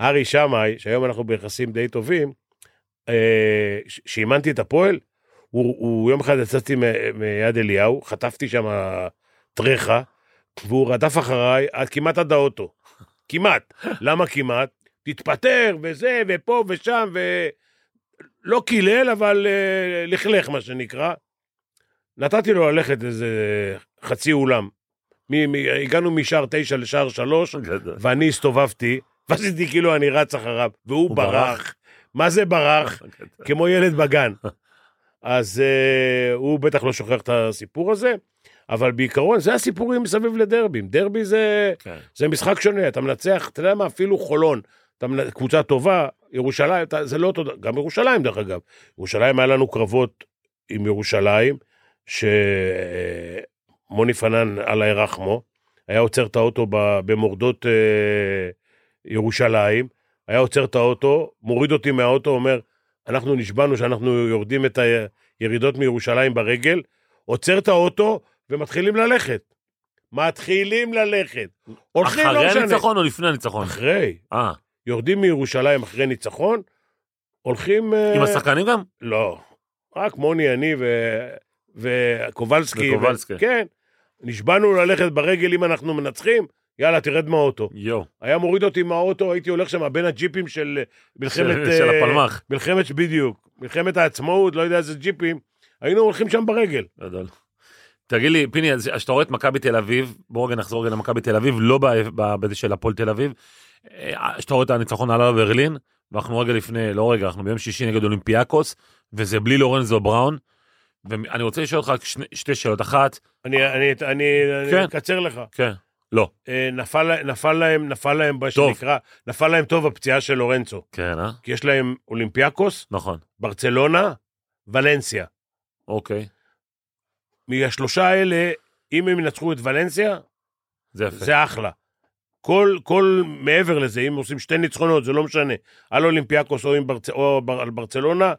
S5: ארי שמאי, שהיום אנחנו ביחסים די טובים, אה, ש- שאימנתי את הפועל, הוא, הוא יום אחד יצאתי מ- מיד אליהו, חטפתי שם טרחה, והוא רדף אחריי עד כמעט עד האוטו. כמעט. למה כמעט? תתפטר, וזה, ופה ושם, ו... לא קילל, אבל אה, לכלך, מה שנקרא. נתתי לו ללכת איזה חצי אולם. מ- מ- הגענו משער תשע לשער שלוש,
S4: גדול.
S5: ואני הסתובבתי, ועשיתי כאילו אני רץ אחריו, והוא
S4: הוא
S5: ברח.
S4: ברח?
S5: מה זה ברח?
S4: גדול.
S5: כמו ילד בגן. אז uh, הוא בטח לא שוכח את הסיפור הזה, אבל בעיקרון זה הסיפורים מסביב לדרבים. דרבי זה,
S4: כן.
S5: זה משחק שונה, אתה מנצח, אתה יודע מה, אפילו חולון, אתה מנ... קבוצה טובה, ירושלים, אתה, זה לא אותו, ד- גם ירושלים דרך אגב. ירושלים, היה לנו קרבות עם ירושלים, שמוני פנן, אללה ירחמו, היה עוצר את האוטו ב- במורדות אה, ירושלים, היה עוצר את האוטו, מוריד אותי מהאוטו, אומר, אנחנו נשבענו שאנחנו יורדים את הירידות מירושלים ברגל, עוצר את האוטו ומתחילים ללכת. מתחילים ללכת. הולכים, לא
S4: אחרי
S5: משנה.
S4: הניצחון או לפני הניצחון?
S5: אחרי.
S4: אה,
S5: יורדים מירושלים אחרי ניצחון, הולכים... אה,
S4: עם השחקנים גם?
S5: לא. רק מוני, אני ו... וקובלסקי.
S4: וקובלסקי.
S5: ו... כן. נשבענו ללכת ברגל אם אנחנו מנצחים, יאללה, תרד מהאוטו.
S4: יואו.
S5: היה מוריד אותי מהאוטו, הייתי הולך שם בין הג'יפים של מלחמת...
S4: של של
S5: אה,
S4: הפלמ"ח.
S5: מלחמת, בדיוק. מלחמת העצמאות, לא יודע איזה ג'יפים. היינו הולכים שם ברגל.
S4: גדול. תגיד לי, פיני, אז כשאתה רואה את מכבי תל אביב, בואו רגע נחזור רגע למכבי תל אביב, לא ב- ב- בזה של הפועל תל אביב, אה, כשאתה רואה את הניצחון על הלאה ברלין, ואנחנו רגע לפני, לא רגע, אנחנו ביום שישי נגד אולימפיאקוס, וזה בלי לורנזו בראון, ואני רוצה לשאול אותך רק שני, שתי שאלות, אחת,
S5: אני, אני, אני, אני
S4: כן.
S5: אקצר לך.
S4: כן, לא,
S5: אה, נפל, נפל להם, נפל להם, מה
S4: טוב.
S5: שנקרא, נפל להם טוב הפציעה של לורנצו.
S4: כן, אה?
S5: כי יש להם אולימפיאקוס,
S4: נכון,
S5: ברצלונה, ולנסיה.
S4: אוקיי,
S5: מהשלושה האלה, אם הם ינצחו את ולנסיה,
S4: זה יפה,
S5: זה אחלה. כל, כל מעבר לזה, אם עושים שתי ניצחונות, זה לא משנה, על אולימפיאקוס או, עם ברצ... או בר... על ברצלונה,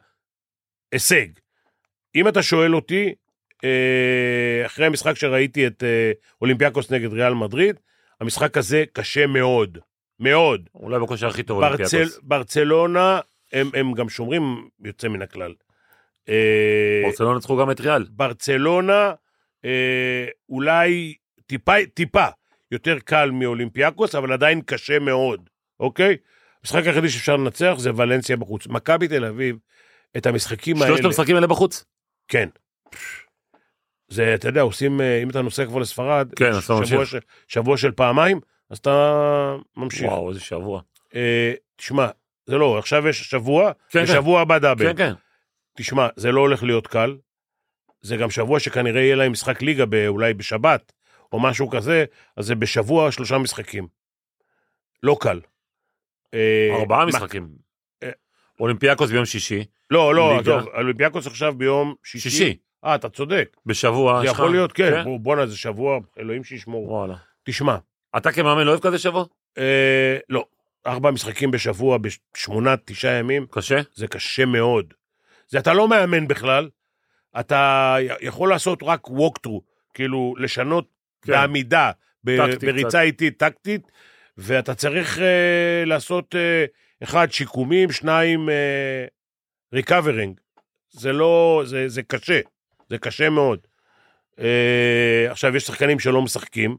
S5: הישג. אם אתה שואל אותי, אה, אחרי המשחק שראיתי את אה, אולימפיאקוס נגד ריאל מדריד, המשחק הזה קשה מאוד, מאוד.
S4: אולי בכושר הכי טוב
S5: ברצל,
S4: אולימפיאקוס,
S5: ברצלונה, הם, הם גם שומרים יוצא מן הכלל. אה,
S4: ברצלונה ניצחו גם את ריאל,
S5: ברצלונה אה, אולי טיפה, טיפה יותר קל מאולימפיאקוס, אבל עדיין קשה מאוד, אוקיי? המשחק היחידי שאפשר לנצח זה ולנסיה בחוץ. מכבי תל אביב, את המשחקים האלה...
S4: שלושת המשחקים האלה בחוץ,
S5: כן. זה, אתה יודע, עושים, אה, אם אתה נוסע כבר לספרד,
S4: כן, אז אתה
S5: שבוע
S4: ממשיך.
S5: ש- שבוע של פעמיים, אז אתה ממשיך.
S4: וואו, איזה שבוע,
S5: אה, תשמע, זה לא, עכשיו יש שבוע,
S4: כן,
S5: ושבוע הבא דאבל.
S4: כן, כן.
S5: תשמע, זה לא הולך להיות קל. זה גם שבוע שכנראה יהיה להם משחק ליגה ב- אולי בשבת, או משהו כזה, אז זה בשבוע שלושה משחקים. לא קל. אה,
S4: ארבעה
S5: מה-
S4: משחקים.
S5: אה.
S4: אולימפיאקוס ביום שישי,
S5: לא, לא,
S4: ליגה.
S5: טוב, אולימפיאקוס עכשיו ביום שישי.
S4: שישי, אה,
S5: אה, אתה צודק.
S4: בשבוע.
S5: זה
S4: יש לך-
S5: יכול להיות, כן. בוא- בואנה, זה שבוע, אלוהים שישמור.
S4: וואלה.
S5: תשמע,
S4: אתה כמאמן לא אוהב כזה שבוע?
S5: אה, לא, ארבע משחקים בשבוע, בשמונה, תשעה ימים,
S4: קשה?
S5: זה קשה מאוד. זה אתה לא מאמן בכלל, אתה י- יכול לעשות רק walk through, כאילו לשנות
S4: כן.
S5: בעמידה, ב-
S4: טקטי קצת.
S5: בריצה איטית, טקטית, ואתה צריך אה, לעשות, אה, אחד, שיקומים, שניים, אה, ריקאברינג. זה לא, זה, זה קשה, זה קשה מאוד. אה, עכשיו, יש שחקנים שלא משחקים,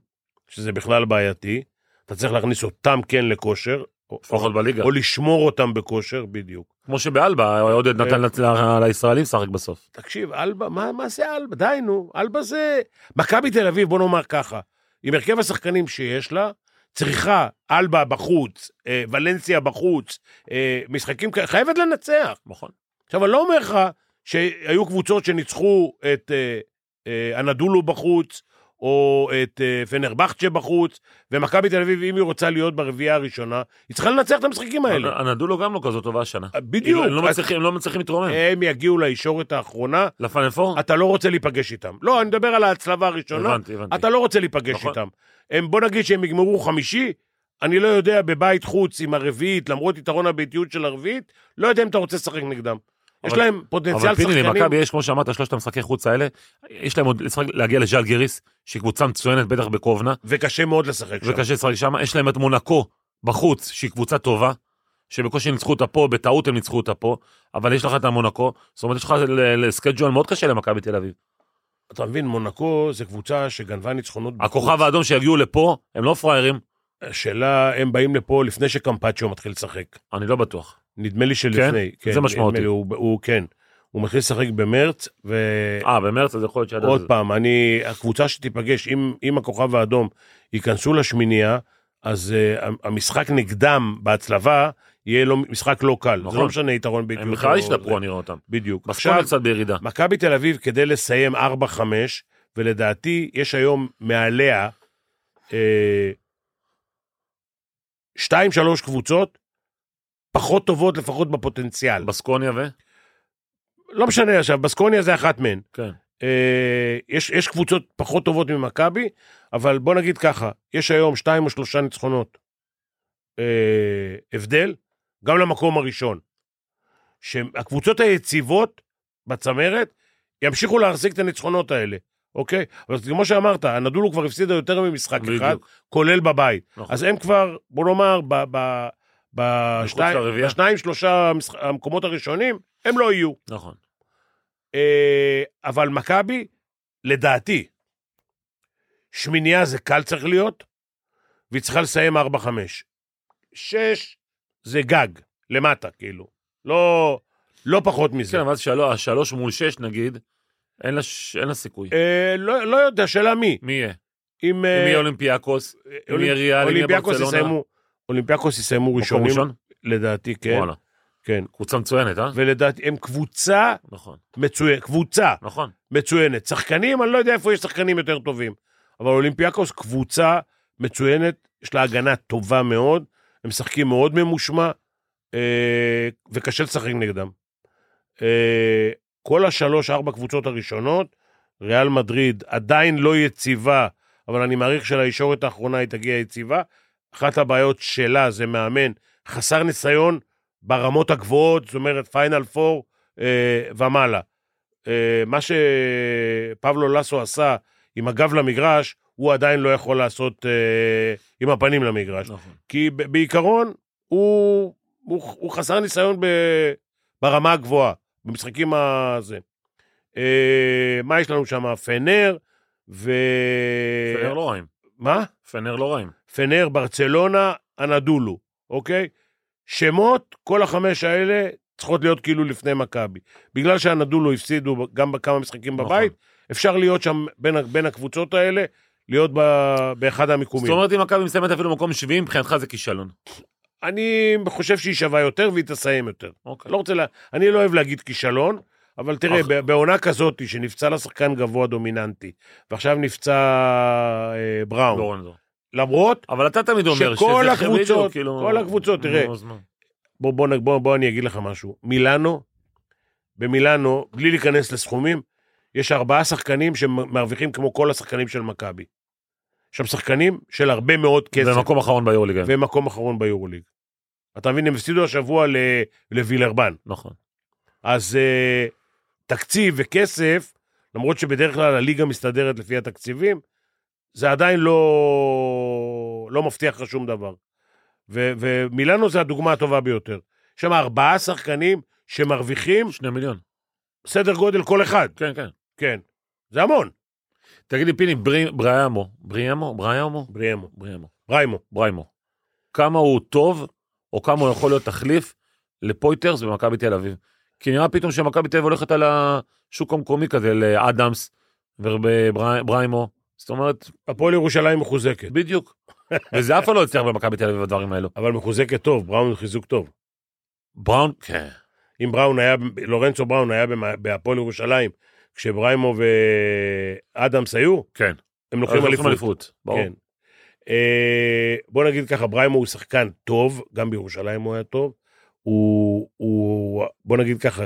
S5: שזה בכלל בעייתי, אתה צריך להכניס אותם כן לכושר, או,
S4: לפחות בליגה.
S5: או לשמור אותם בכושר, בדיוק.
S4: כמו שבאלבה, עודד
S5: אה,
S4: נתן לצ- ל- לישראלים לשחק בסוף.
S5: תקשיב, אלבה, מה, מה זה אלבה? די, נו. אלבה זה... מכבי תל אביב, בוא נאמר ככה, עם הרכב השחקנים שיש לה, צריכה אלבה בחוץ, אה, ולנסיה בחוץ, אה, משחקים כאלה, חייבת לנצח.
S4: נכון.
S5: עכשיו, אני לא אומר לך שהיו קבוצות שניצחו את אה, אה, אנדולו בחוץ, או את אה, פנרבכצ'ה בחוץ, ומכבי תל אביב, אם היא רוצה להיות ברביעייה הראשונה, היא צריכה לנצח את המשחקים האלה.
S4: הנדולו גם לא כזו טובה השנה.
S5: אה, בדיוק.
S4: הם לא
S5: אז אה,
S4: מצליחים- הם לא מצליחים להתרומם.
S5: הם יגיעו לישורת האחרונה,
S4: לפאנל פור?
S5: אתה לא רוצה להיפגש איתם. לא, אני מדבר על ההצלבה הראשונה,
S4: נכון. הבנתי, הבנתי.
S5: אתה לא רוצה להיפגש
S4: נכון.
S5: איתם. הם, בוא נגיד שהם יגמרו חמישי, אני לא יודע, בבית חוץ עם הרביעית, למרות יתרון הביתיות של הרביעית, לא יודע אם אתה רוצה לשחק נגדם. יש
S4: אבל-
S5: להם פוטנציאל
S4: אבל פיני,
S5: שחקנים.
S4: למכבי יש, כמו שאמרת, שלושת המשחקי חוץ האלה, יש להם עוד לשחק, להגיע לז'אל גיריס, שהיא קבוצה מצוינת, בטח בקובנה,
S5: וקשה מאוד לשחק שם.
S4: וקשה לשחק שם, יש להם את מונקו בחוץ, שהיא קבוצה טובה, שבקושי ניצחו אותה פה, בטעות הם ניצחו אותה פה, אבל יש לך את המונקו, זאת אומרת, יש לך ל- ל- סקייג'ואל מאוד קשה למכבי תל אביב.
S5: אתה מבין, מונקו זה קבוצה שגנבה ניצחונות. בחוץ.
S4: הכוכב האדום שיגיעו לפה, הם לא פראיירים,
S5: השאלה, הם באים לפה לפני שקמפצ'ו מתחיל לשחק.
S4: אני לא בטוח.
S5: נדמה לי שלפני.
S4: כן?
S5: כן,
S4: זה משמעותי.
S5: נדמה לי, הוא- הוא, כן. הוא מתחיל לשחק במרץ, ו...
S4: אה, במרץ אז יכול להיות שעד אז...
S5: עוד פעם, אני, הקבוצה שתיפגש עם, עם הכוכב האדום ייכנסו לשמינייה, אז uh, המשחק נגדם בהצלבה יהיה לא, משחק לא קל. זה
S4: נכון.
S5: לא משנה יתרון בעקבות...
S4: הם בכלל
S5: או-
S4: השתפרו, אני רואה אותם.
S5: בדיוק.
S4: בסקונד
S5: עכשיו,
S4: קצת בירידה.
S5: מכבי תל אביב, כדי לסיים 4-5, ולדעתי יש היום מעליה אה, 2-3 קבוצות פחות טובות לפחות בפוטנציאל.
S4: בסקוניה ו...
S5: לא משנה עכשיו, בסקוניה זה אחת מהן.
S4: כן.
S5: אה, יש, יש קבוצות פחות טובות ממכבי, אבל בוא נגיד ככה, יש היום שתיים או שלושה ניצחונות אה, הבדל, גם למקום הראשון. שהקבוצות היציבות בצמרת ימשיכו להחזיק את הניצחונות האלה, אוקיי? אבל כמו שאמרת, הנדולו כבר הפסידה יותר ממשחק אחד,
S4: בדיוק.
S5: כולל בבית.
S4: נכון.
S5: אז הם כבר, בוא נאמר, ב... ב בשתי-
S4: לרביעייה.
S5: בשניים, שלושה המשח- המקומות הראשונים, הם לא יהיו.
S4: נכון.
S5: אה, אבל מכבי, לדעתי, שמינייה זה קל צריך להיות, והיא צריכה לסיים 4-5. 6 זה גג, למטה, כאילו. לא, לא פחות מזה.
S4: כן, אבל אז שלוש- השלוש מול שש נגיד, אין לה ש- אין לה סיכוי.
S5: אה, לא, לא יודע, שאלה מי.
S4: מי יהיה?
S5: אם
S4: אם
S5: אה,
S4: יהיה אולימפיאקוס? אם
S5: אולימפ-
S4: יהיה ריאל? אם יהיה
S5: אולימפיאקוס
S4: ברצלונה?
S5: יסיימו, אולימפיאקוס יסיימו
S4: מקום
S5: ראשונים,
S4: ראשון?
S5: לדעתי, כן.
S4: וואלה.
S5: כן.
S4: קבוצה מצוינת, אה?
S5: ולדעתי, הם קבוצה
S4: נכון.
S5: מצוינת, קבוצה
S4: נכון.
S5: מצוינת. שחקנים, אני לא יודע איפה יש שחקנים יותר טובים, אבל אולימפיאקוס קבוצה מצוינת, יש לה הגנה טובה מאוד, הם משחקים מאוד ממושמע, אה, וקשה לשחק נגדם. אה, כל השלוש-ארבע קבוצות הראשונות, ריאל מדריד עדיין לא יציבה, אבל אני מעריך שלישורת האחרונה היא תגיע יציבה. אחת הבעיות שלה זה מאמן חסר ניסיון ברמות הגבוהות, זאת אומרת פיינל פור אה, ומעלה. אה, מה שפבלו לסו עשה עם הגב למגרש, הוא עדיין לא יכול לעשות אה, עם הפנים למגרש.
S4: נכון.
S5: כי ב- בעיקרון הוא, הוא, הוא חסר ניסיון ב, ברמה הגבוהה, במשחקים הזה. אה, מה יש לנו שם? פנר ו...
S4: פנר לא רעים.
S5: מה?
S4: פנר לא רעים.
S5: פנר, ברצלונה, אנדולו, אוקיי? שמות, כל החמש האלה צריכות להיות כאילו לפני מכבי. בגלל שאנדולו הפסידו גם בכמה משחקים
S4: נכון.
S5: בבית, אפשר להיות שם בין, ה- בין הקבוצות האלה, להיות ב, באחד המיקומים.
S4: זאת אומרת, אם מכבי מסיימת אפילו מקום 70, מבחינתך זה כישלון.
S5: אני חושב שהיא שווה יותר והיא תסיים יותר.
S4: אוקיי.
S5: לא רוצה לה... אני לא אוהב להגיד כישלון, אבל תראה,
S4: אך-
S5: ב- בעונה כזאת שנפצע לה שחקן גבוה דומיננטי, ועכשיו נפצע אה, בראון,
S4: דורון זו.
S5: למרות,
S4: לא אבל אתה תמיד אומר
S5: שכל
S4: שזה-
S5: הקבוצות,
S4: בדיוק, כאילו-
S5: כל הקבוצות, תראה.
S4: נו, אז מה?
S5: בוא, בוא, נ- בוא, בוא אני אגיד לך משהו, מילאנו, במילאנו, בלי להיכנס לסכומים, יש ארבעה שחקנים שמרוויחים כמו כל השחקנים של מכבי. יש שם שחקנים של הרבה מאוד כסף.
S4: במקום אחרון ביורליגה.
S5: והם מקום אחרון ביורוליג. אתה מבין, הם הפסידו השבוע ל... לווילרבן.
S4: נכון.
S5: אז אה, תקציב וכסף, למרות שבדרך כלל הליגה מסתדרת לפי התקציבים, זה עדיין לא, לא מבטיח לך שום דבר. ו... ומילאנו זה הדוגמה הטובה ביותר. יש שם ארבעה שחקנים שמרוויחים
S4: שני מיליון.
S5: סדר גודל כל אחד,
S4: כן, כן.
S5: כן. זה המון.
S4: תגיד לי, פיני, ברי- בריאמו, בריאמו, בריאמו,
S5: בריימו.
S4: בריאמו,
S5: בריימו.
S4: בריימו, כמה הוא טוב, או כמה הוא יכול להיות תחליף לפויטרס במכבי תל אביב. כי נראה פתאום שמכבי תל אביב הולכת על השוק המקומי כזה, לאדמס ובריימו. זאת אומרת,
S5: הפועל ירושלים מחוזקת,
S4: בדיוק. וזה אף פעם לא הצליח במכבי תל אביב הדברים האלו.
S5: אבל מחוזקת טוב, בראון חיזוק טוב.
S4: בראון, כן.
S5: אם בראון היה, לורנצו בראון היה במ- בהפועל ירושלים, כשבריימו ואדמס היו,
S4: כן.
S5: הם לוקחים אליפות.
S4: ברור.
S5: כן. אה, בוא נגיד ככה, בריימו הוא שחקן טוב, גם בירושלים הוא היה טוב. הוא, הוא בוא נגיד ככה,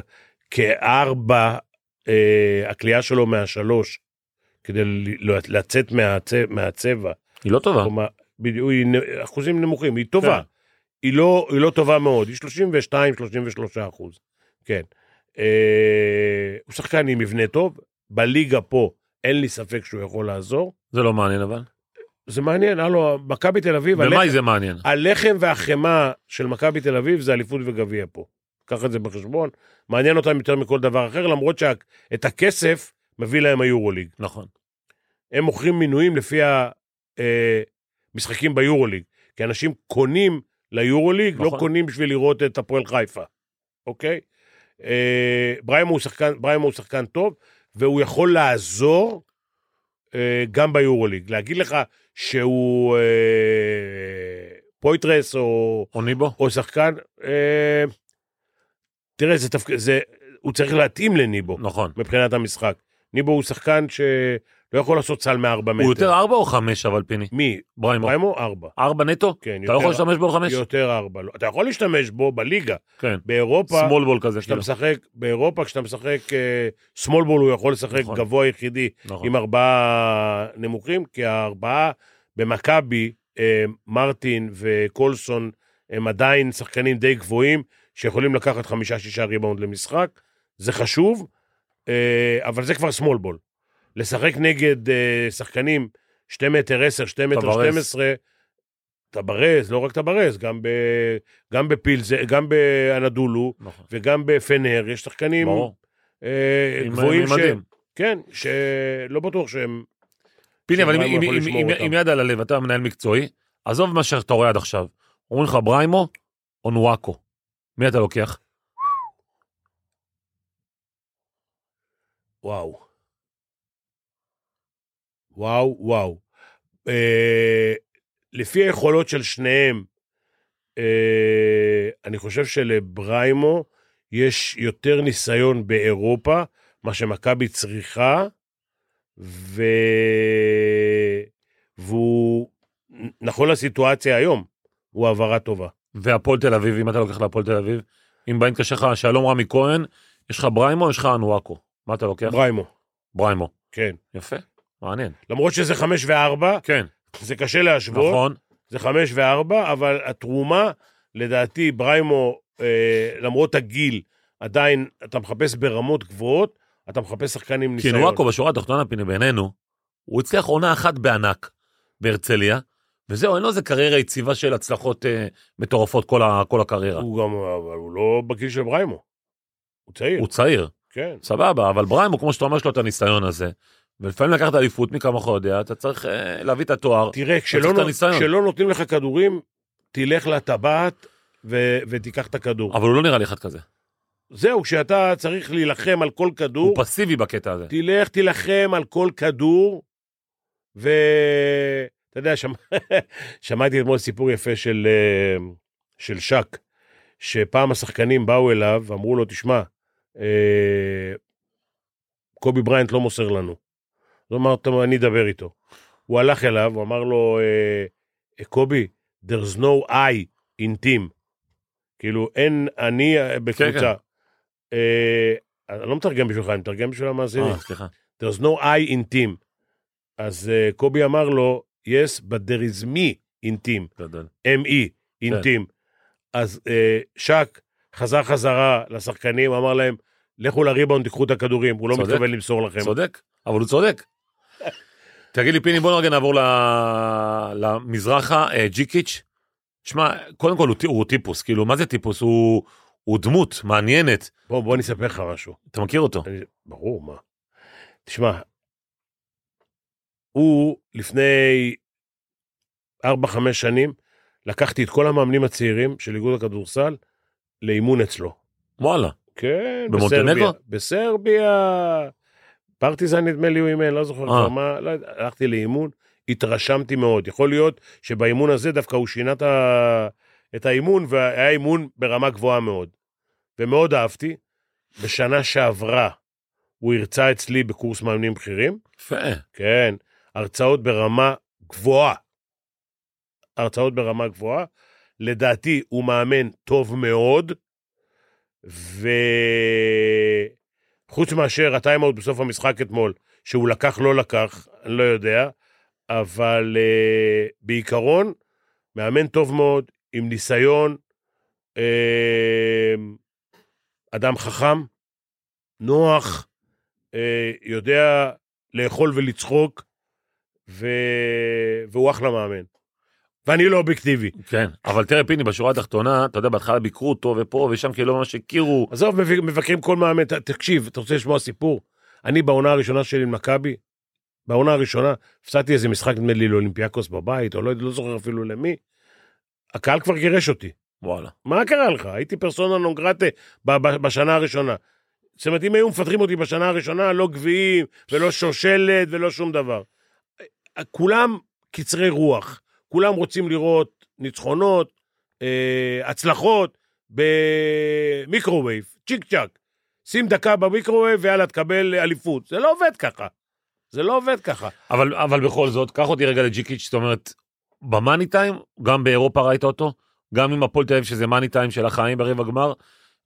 S5: כארבע, אה, הכלייה שלו מהשלוש, כדי ל- לא, לצאת מהצבע, מהצבע
S4: היא לא טובה.
S5: כלומר, בדיוק, היא נ- אחוזים נמוכים, היא טובה.
S4: כן.
S5: היא לא, היא לא טובה מאוד, היא 32, 33 אחוז, כן. אה, הוא שחקן עם מבנה טוב, בליגה פה אין לי ספק שהוא יכול לעזור.
S4: זה לא מעניין אבל.
S5: זה מעניין, הלו, מכבי תל אביב,
S4: במאי
S5: הלחם,
S4: זה מעניין.
S5: הלחם והחמאה של מכבי תל אביב זה אליפות וגביע פה. קח את זה בחשבון, מעניין אותם יותר מכל דבר אחר, למרות שאת הכסף מביא להם היורוליג.
S4: נכון.
S5: הם מוכרים מינויים לפי המשחקים ביורוליג. כי אנשים קונים ליורוליג,
S4: נכון.
S5: לא קונים בשביל לראות את הפועל חיפה, אוקיי? אה, בריימו הוא שחקן, בריימו הוא שחקן טוב, והוא יכול לעזור אה, גם ביורוליג. להגיד לך שהוא אה, פויטרס או,
S4: או ניבו?
S5: או שחקן, אה, תראה, זה תפק... זה, הוא צריך להתאים לניבו.
S4: נכון.
S5: מבחינת המשחק. ניבו הוא שחקן שלא יכול לעשות סל מארבע מטר.
S4: הוא יותר ארבע או חמש אבל פיני?
S5: מי?
S4: בריימו.
S5: פריימו? ארבע.
S4: ארבע נטו?
S5: כן,
S4: אתה לא יכול להשתמש בו חמש?
S5: יותר ארבע. לא. אתה יכול להשתמש בו בליגה.
S4: כן.
S5: באירופה,
S4: סמול בול כזה.
S5: כשאתה
S4: כאילו.
S5: משחק, באירופה כשאתה משחק אה, שמאל בול, הוא יכול לשחק
S4: נכון.
S5: גבוה יחידי
S4: נכון.
S5: עם ארבעה נמוכים, כי הארבעה במכבי, אה, מרטין וקולסון, הם עדיין שחקנים די גבוהים, שיכולים לקחת חמישה-שישה ריבאונד למשחק. זה חשוב, אה, אבל זה כבר שמאל בול. לשחק נגד אה, שחקנים 2 מטר 10, 2 מטר
S4: טברס.
S5: 12, טברס, לא רק טברס, גם, ב, גם בפילזה, גם באנדולו
S4: נכון.
S5: וגם בפנר, יש שחקנים
S4: ברור.
S5: אה,
S4: עם
S5: גבוהים
S4: מימדים.
S5: שהם, כן, שלא בטוח שהם,
S4: פיני, אבל עם-
S5: שבריימו
S4: עם-
S5: יכול
S4: עם-
S5: לא לשמור
S4: עם-
S5: אותם.
S4: עם יד על הלב, אתה מנהל מקצועי, עזוב מה שאתה רואה עד עכשיו. אומרים לך בריימו או נוואקו. מי אתה לוקח?
S5: וואו. וואו, וואו. אה, לפי היכולות של שניהם, אה, אני חושב שלבריימו יש יותר ניסיון באירופה, מה שמכבי צריכה, ו... והוא, נכון לסיטואציה היום, הוא העברה טובה.
S4: והפועל תל אביב, אם אתה לוקח להפועל תל אביב, אם באים קשה לך שלום רמי כהן, יש לך בריימו, יש לך נוואקו. מה אתה לוקח?
S5: בריימו,
S4: בריימו.
S5: כן.
S4: יפה, מעניין.
S5: למרות שזה חמש וארבע,
S4: כן,
S5: זה קשה להשוות.
S4: נכון.
S5: זה חמש וארבע, אבל התרומה, לדעתי, בריימו, אה, למרות הגיל, עדיין אתה מחפש ברמות גבוהות, אתה מחפש שחקן עם
S4: כי
S5: ניסיון.
S4: נוואקו בשורה התחתונה, פיני, בינינו, הוא הצליח עונה אחת בענק בהרצליה, וזהו, אין לו איזה קריירה יציבה של הצלחות אה, מטורפות כל, ה, כל הקריירה.
S5: הוא גם, אבל הוא לא בגיל של בריימו. הוא צעיר,
S4: הוא צעיר,
S5: כן.
S4: סבבה, אבל בריימו, כמו שאתה אומר, יש לו את הניסיון הזה. ולפעמים לקחת אליפות, מי כמוך יודע, אתה צריך אה, להביא את התואר.
S5: תראה,
S4: צריך
S5: כשלא,
S4: את
S5: נו-
S4: הניסיון.
S5: כשלא נותנים לך כדורים, תלך לטבעת ו- ותיקח את הכדור.
S4: אבל הוא לא נראה לי אחד כזה.
S5: זהו, כשאתה צריך להילחם על כל
S4: הוא
S5: כדור,
S4: פסיבי בקטע הזה.
S5: תלך, תילחם על כל כדור, ואתה יודע, שמע... שמעתי אתמול סיפור יפה של אה, של שק, שפעם השחקנים באו אליו ואמרו לו, תשמע, אה, קובי בריינט לא מוסר לנו. אז הוא אמר, "טוב, אני אדבר איתו. הוא הלך אליו, הוא אמר לו, אה, "אה, קובי, there's no I in team. כאילו, אין אני אה,
S4: כן.
S5: בקבוצה. אה, אני לא מתרגם בשבילך, אני מתרגם בשביל המאזינים.
S4: אה, סליחה.
S5: There's no I in team. אז אה, קובי אמר לו, yes, but there is me in team.
S4: גדול.
S5: M.E.
S4: כן.
S5: אינטים. אז אה, שק חזר חזרה לשחקנים, אמר להם, לכו לריבאונד, תיקחו את הכדורים, הוא לא
S4: צודק.
S5: מתכוון למסור לכם.
S4: צודק, אבל הוא צודק. תגיד לי פיני בוא נרגע נעבור ל- למזרחה אה, ג'יקיץ'. שמע קודם כל הוא, טי- הוא טיפוס כאילו מה זה טיפוס הוא, הוא דמות מעניינת
S5: בוא, בוא אני אספר לך משהו.
S4: אתה מכיר אותו
S5: אני, ברור, מה. תשמע, הוא לפני 4-5 שנים, לקחתי את כל המאמנים הצעירים של איגוד הכדורסל לאימון אצלו.
S4: וואלה
S5: כן,
S4: במונטנגרו?
S5: בסרביה. בסרביה. פרטיזן נדמה לי הוא אימן, לא זוכר
S4: אה.
S5: כבר מה, לא יודע, הלכתי לאימון, התרשמתי מאוד. יכול להיות שבאימון הזה דווקא הוא שינה את ה- את האימון, והיה אימון ברמה גבוהה מאוד. ומאוד אהבתי. בשנה שעברה הוא הרצה אצלי בקורס מאמנים בכירים,
S4: יפה.
S5: כן, הרצאות ברמה גבוהה. הרצאות ברמה גבוהה. לדעתי הוא מאמן טוב מאוד, וחוץ מאשר הטיימאוט בסוף המשחק אתמול, שהוא לקח, לא לקח, אני לא יודע, אבל uh, בעיקרון, מאמן טוב מאוד, עם ניסיון, uh, אדם חכם, נוח, uh, יודע לאכול ולצחוק, ו... והוא אחלה מאמן. ואני לא אובייקטיבי.
S4: כן אבל תראה פיני בשורה התחתונה אתה יודע בהתחלה ביקרו אותו ופה ושם כאילו לא ממש הכירו
S5: עזוב, מבק- מבקרים כל מאמן, ת- תקשיב, אתה רוצה לשמוע סיפור? אני בעונה הראשונה שלי עם מכבי, בעונה הראשונה, הפסדתי איזה משחק, נדמה לי, לאולימפיאקוס בבית, או לא, לא זוכר אפילו למי. הקהל כבר גירש אותי.
S4: וואלה
S5: מה קרה לך? הייתי פרסונה נון גרטה ב- ב- בשנה הראשונה. זאת אומרת, אם היו מפטרים אותי בשנה הראשונה, לא גביעים, ולא שושלת, ולא שום דבר. כולם קצרי רוח. כולם רוצים לראות ניצחונות, אה, הצלחות, במיקרווייב, צ'יק צ'אק. שים דקה במיקרווייב ויאללה, תקבל אליפות. זה לא עובד ככה. זה לא עובד ככה.
S4: אבל אבל בכל זאת קח אותי רגע לג'יקיץ' זאת אומרת במאני טיים גם באירופה ראית אותו גם עם הפועל תל אביב שזה מאני טיים של החיים ברבע גמר.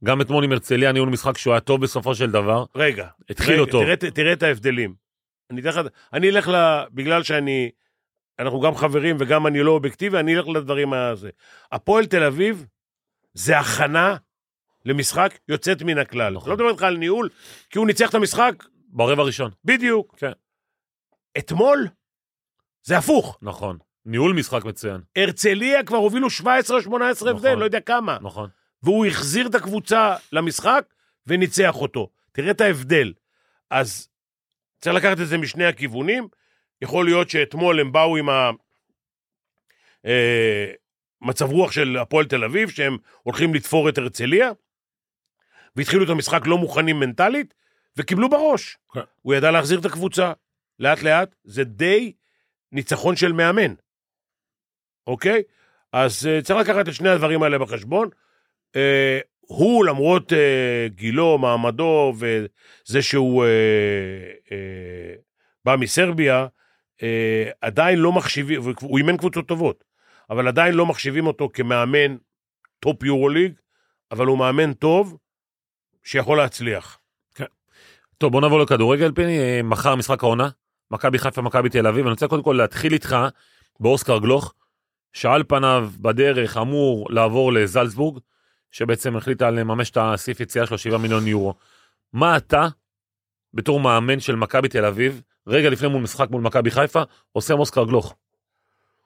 S4: גם אתמול עם הרצליה ניהול משחק שהוא היה טוב בסופו של דבר
S5: רגע,
S4: התחיל
S5: רגע,
S4: אותו.
S5: תראה, תראה את ההבדלים. אני אתן לך, אני אלך ל... בגלל שאני... אנחנו גם חברים וגם אני לא אובייקטיבי, אני אלך לדברים הזה. הפועל תל אביב זה הכנה למשחק יוצאת מן הכלל.
S4: נכון.
S5: לא מדבר איתך על ניהול, כי הוא ניצח את המשחק,
S4: ברבע הראשון.
S5: בדיוק.
S4: כן.
S5: אתמול זה הפוך.
S4: נכון. ניהול משחק מצוין.
S5: הרצליה כבר הובילו 17-18 הבדל,
S4: נכון.
S5: לא יודע כמה.
S4: נכון.
S5: והוא החזיר את הקבוצה למשחק וניצח אותו. תראה את ההבדל. אז צריך לקחת את זה משני הכיוונים. יכול להיות שאתמול הם באו עם ה... אה, מצב רוח של הפועל תל אביב, שהם הולכים לתפור את הרצליה, והתחילו את המשחק לא מוכנים מנטלית, וקיבלו בראש.
S4: כן.
S5: הוא ידע להחזיר את הקבוצה, לאט-לאט, זה די ניצחון של מאמן, אוקיי? אז אה, צריך לקחת את שני הדברים האלה בחשבון. אה, הוא, למרות אה, גילו, מעמדו, וזה שהוא אה, אה, בא מסרביה, אה, עדיין לא מחשיבים, הוא אימן קבוצות טובות, אבל עדיין לא מחשיבים אותו כמאמן טופ יורוליג, אבל הוא מאמן טוב שיכול להצליח.
S4: כן. טוב, בוא נעבור לכדורגל, פיני. אה, מחר משחק העונה. מכבי חיפה, מכבי תל אביב. אני רוצה קודם כל להתחיל איתך באוסקר גלוך, שעל פניו בדרך אמור לעבור לזלצבורג, שבעצם החליטה לממש את הסעיף יציאה שלו 7 מיליון יורו. מה אתה, בתור מאמן של מכבי תל אביב, רגע לפני מול משחק מול מכבי חיפה, עושה עם אוסקר גלוך?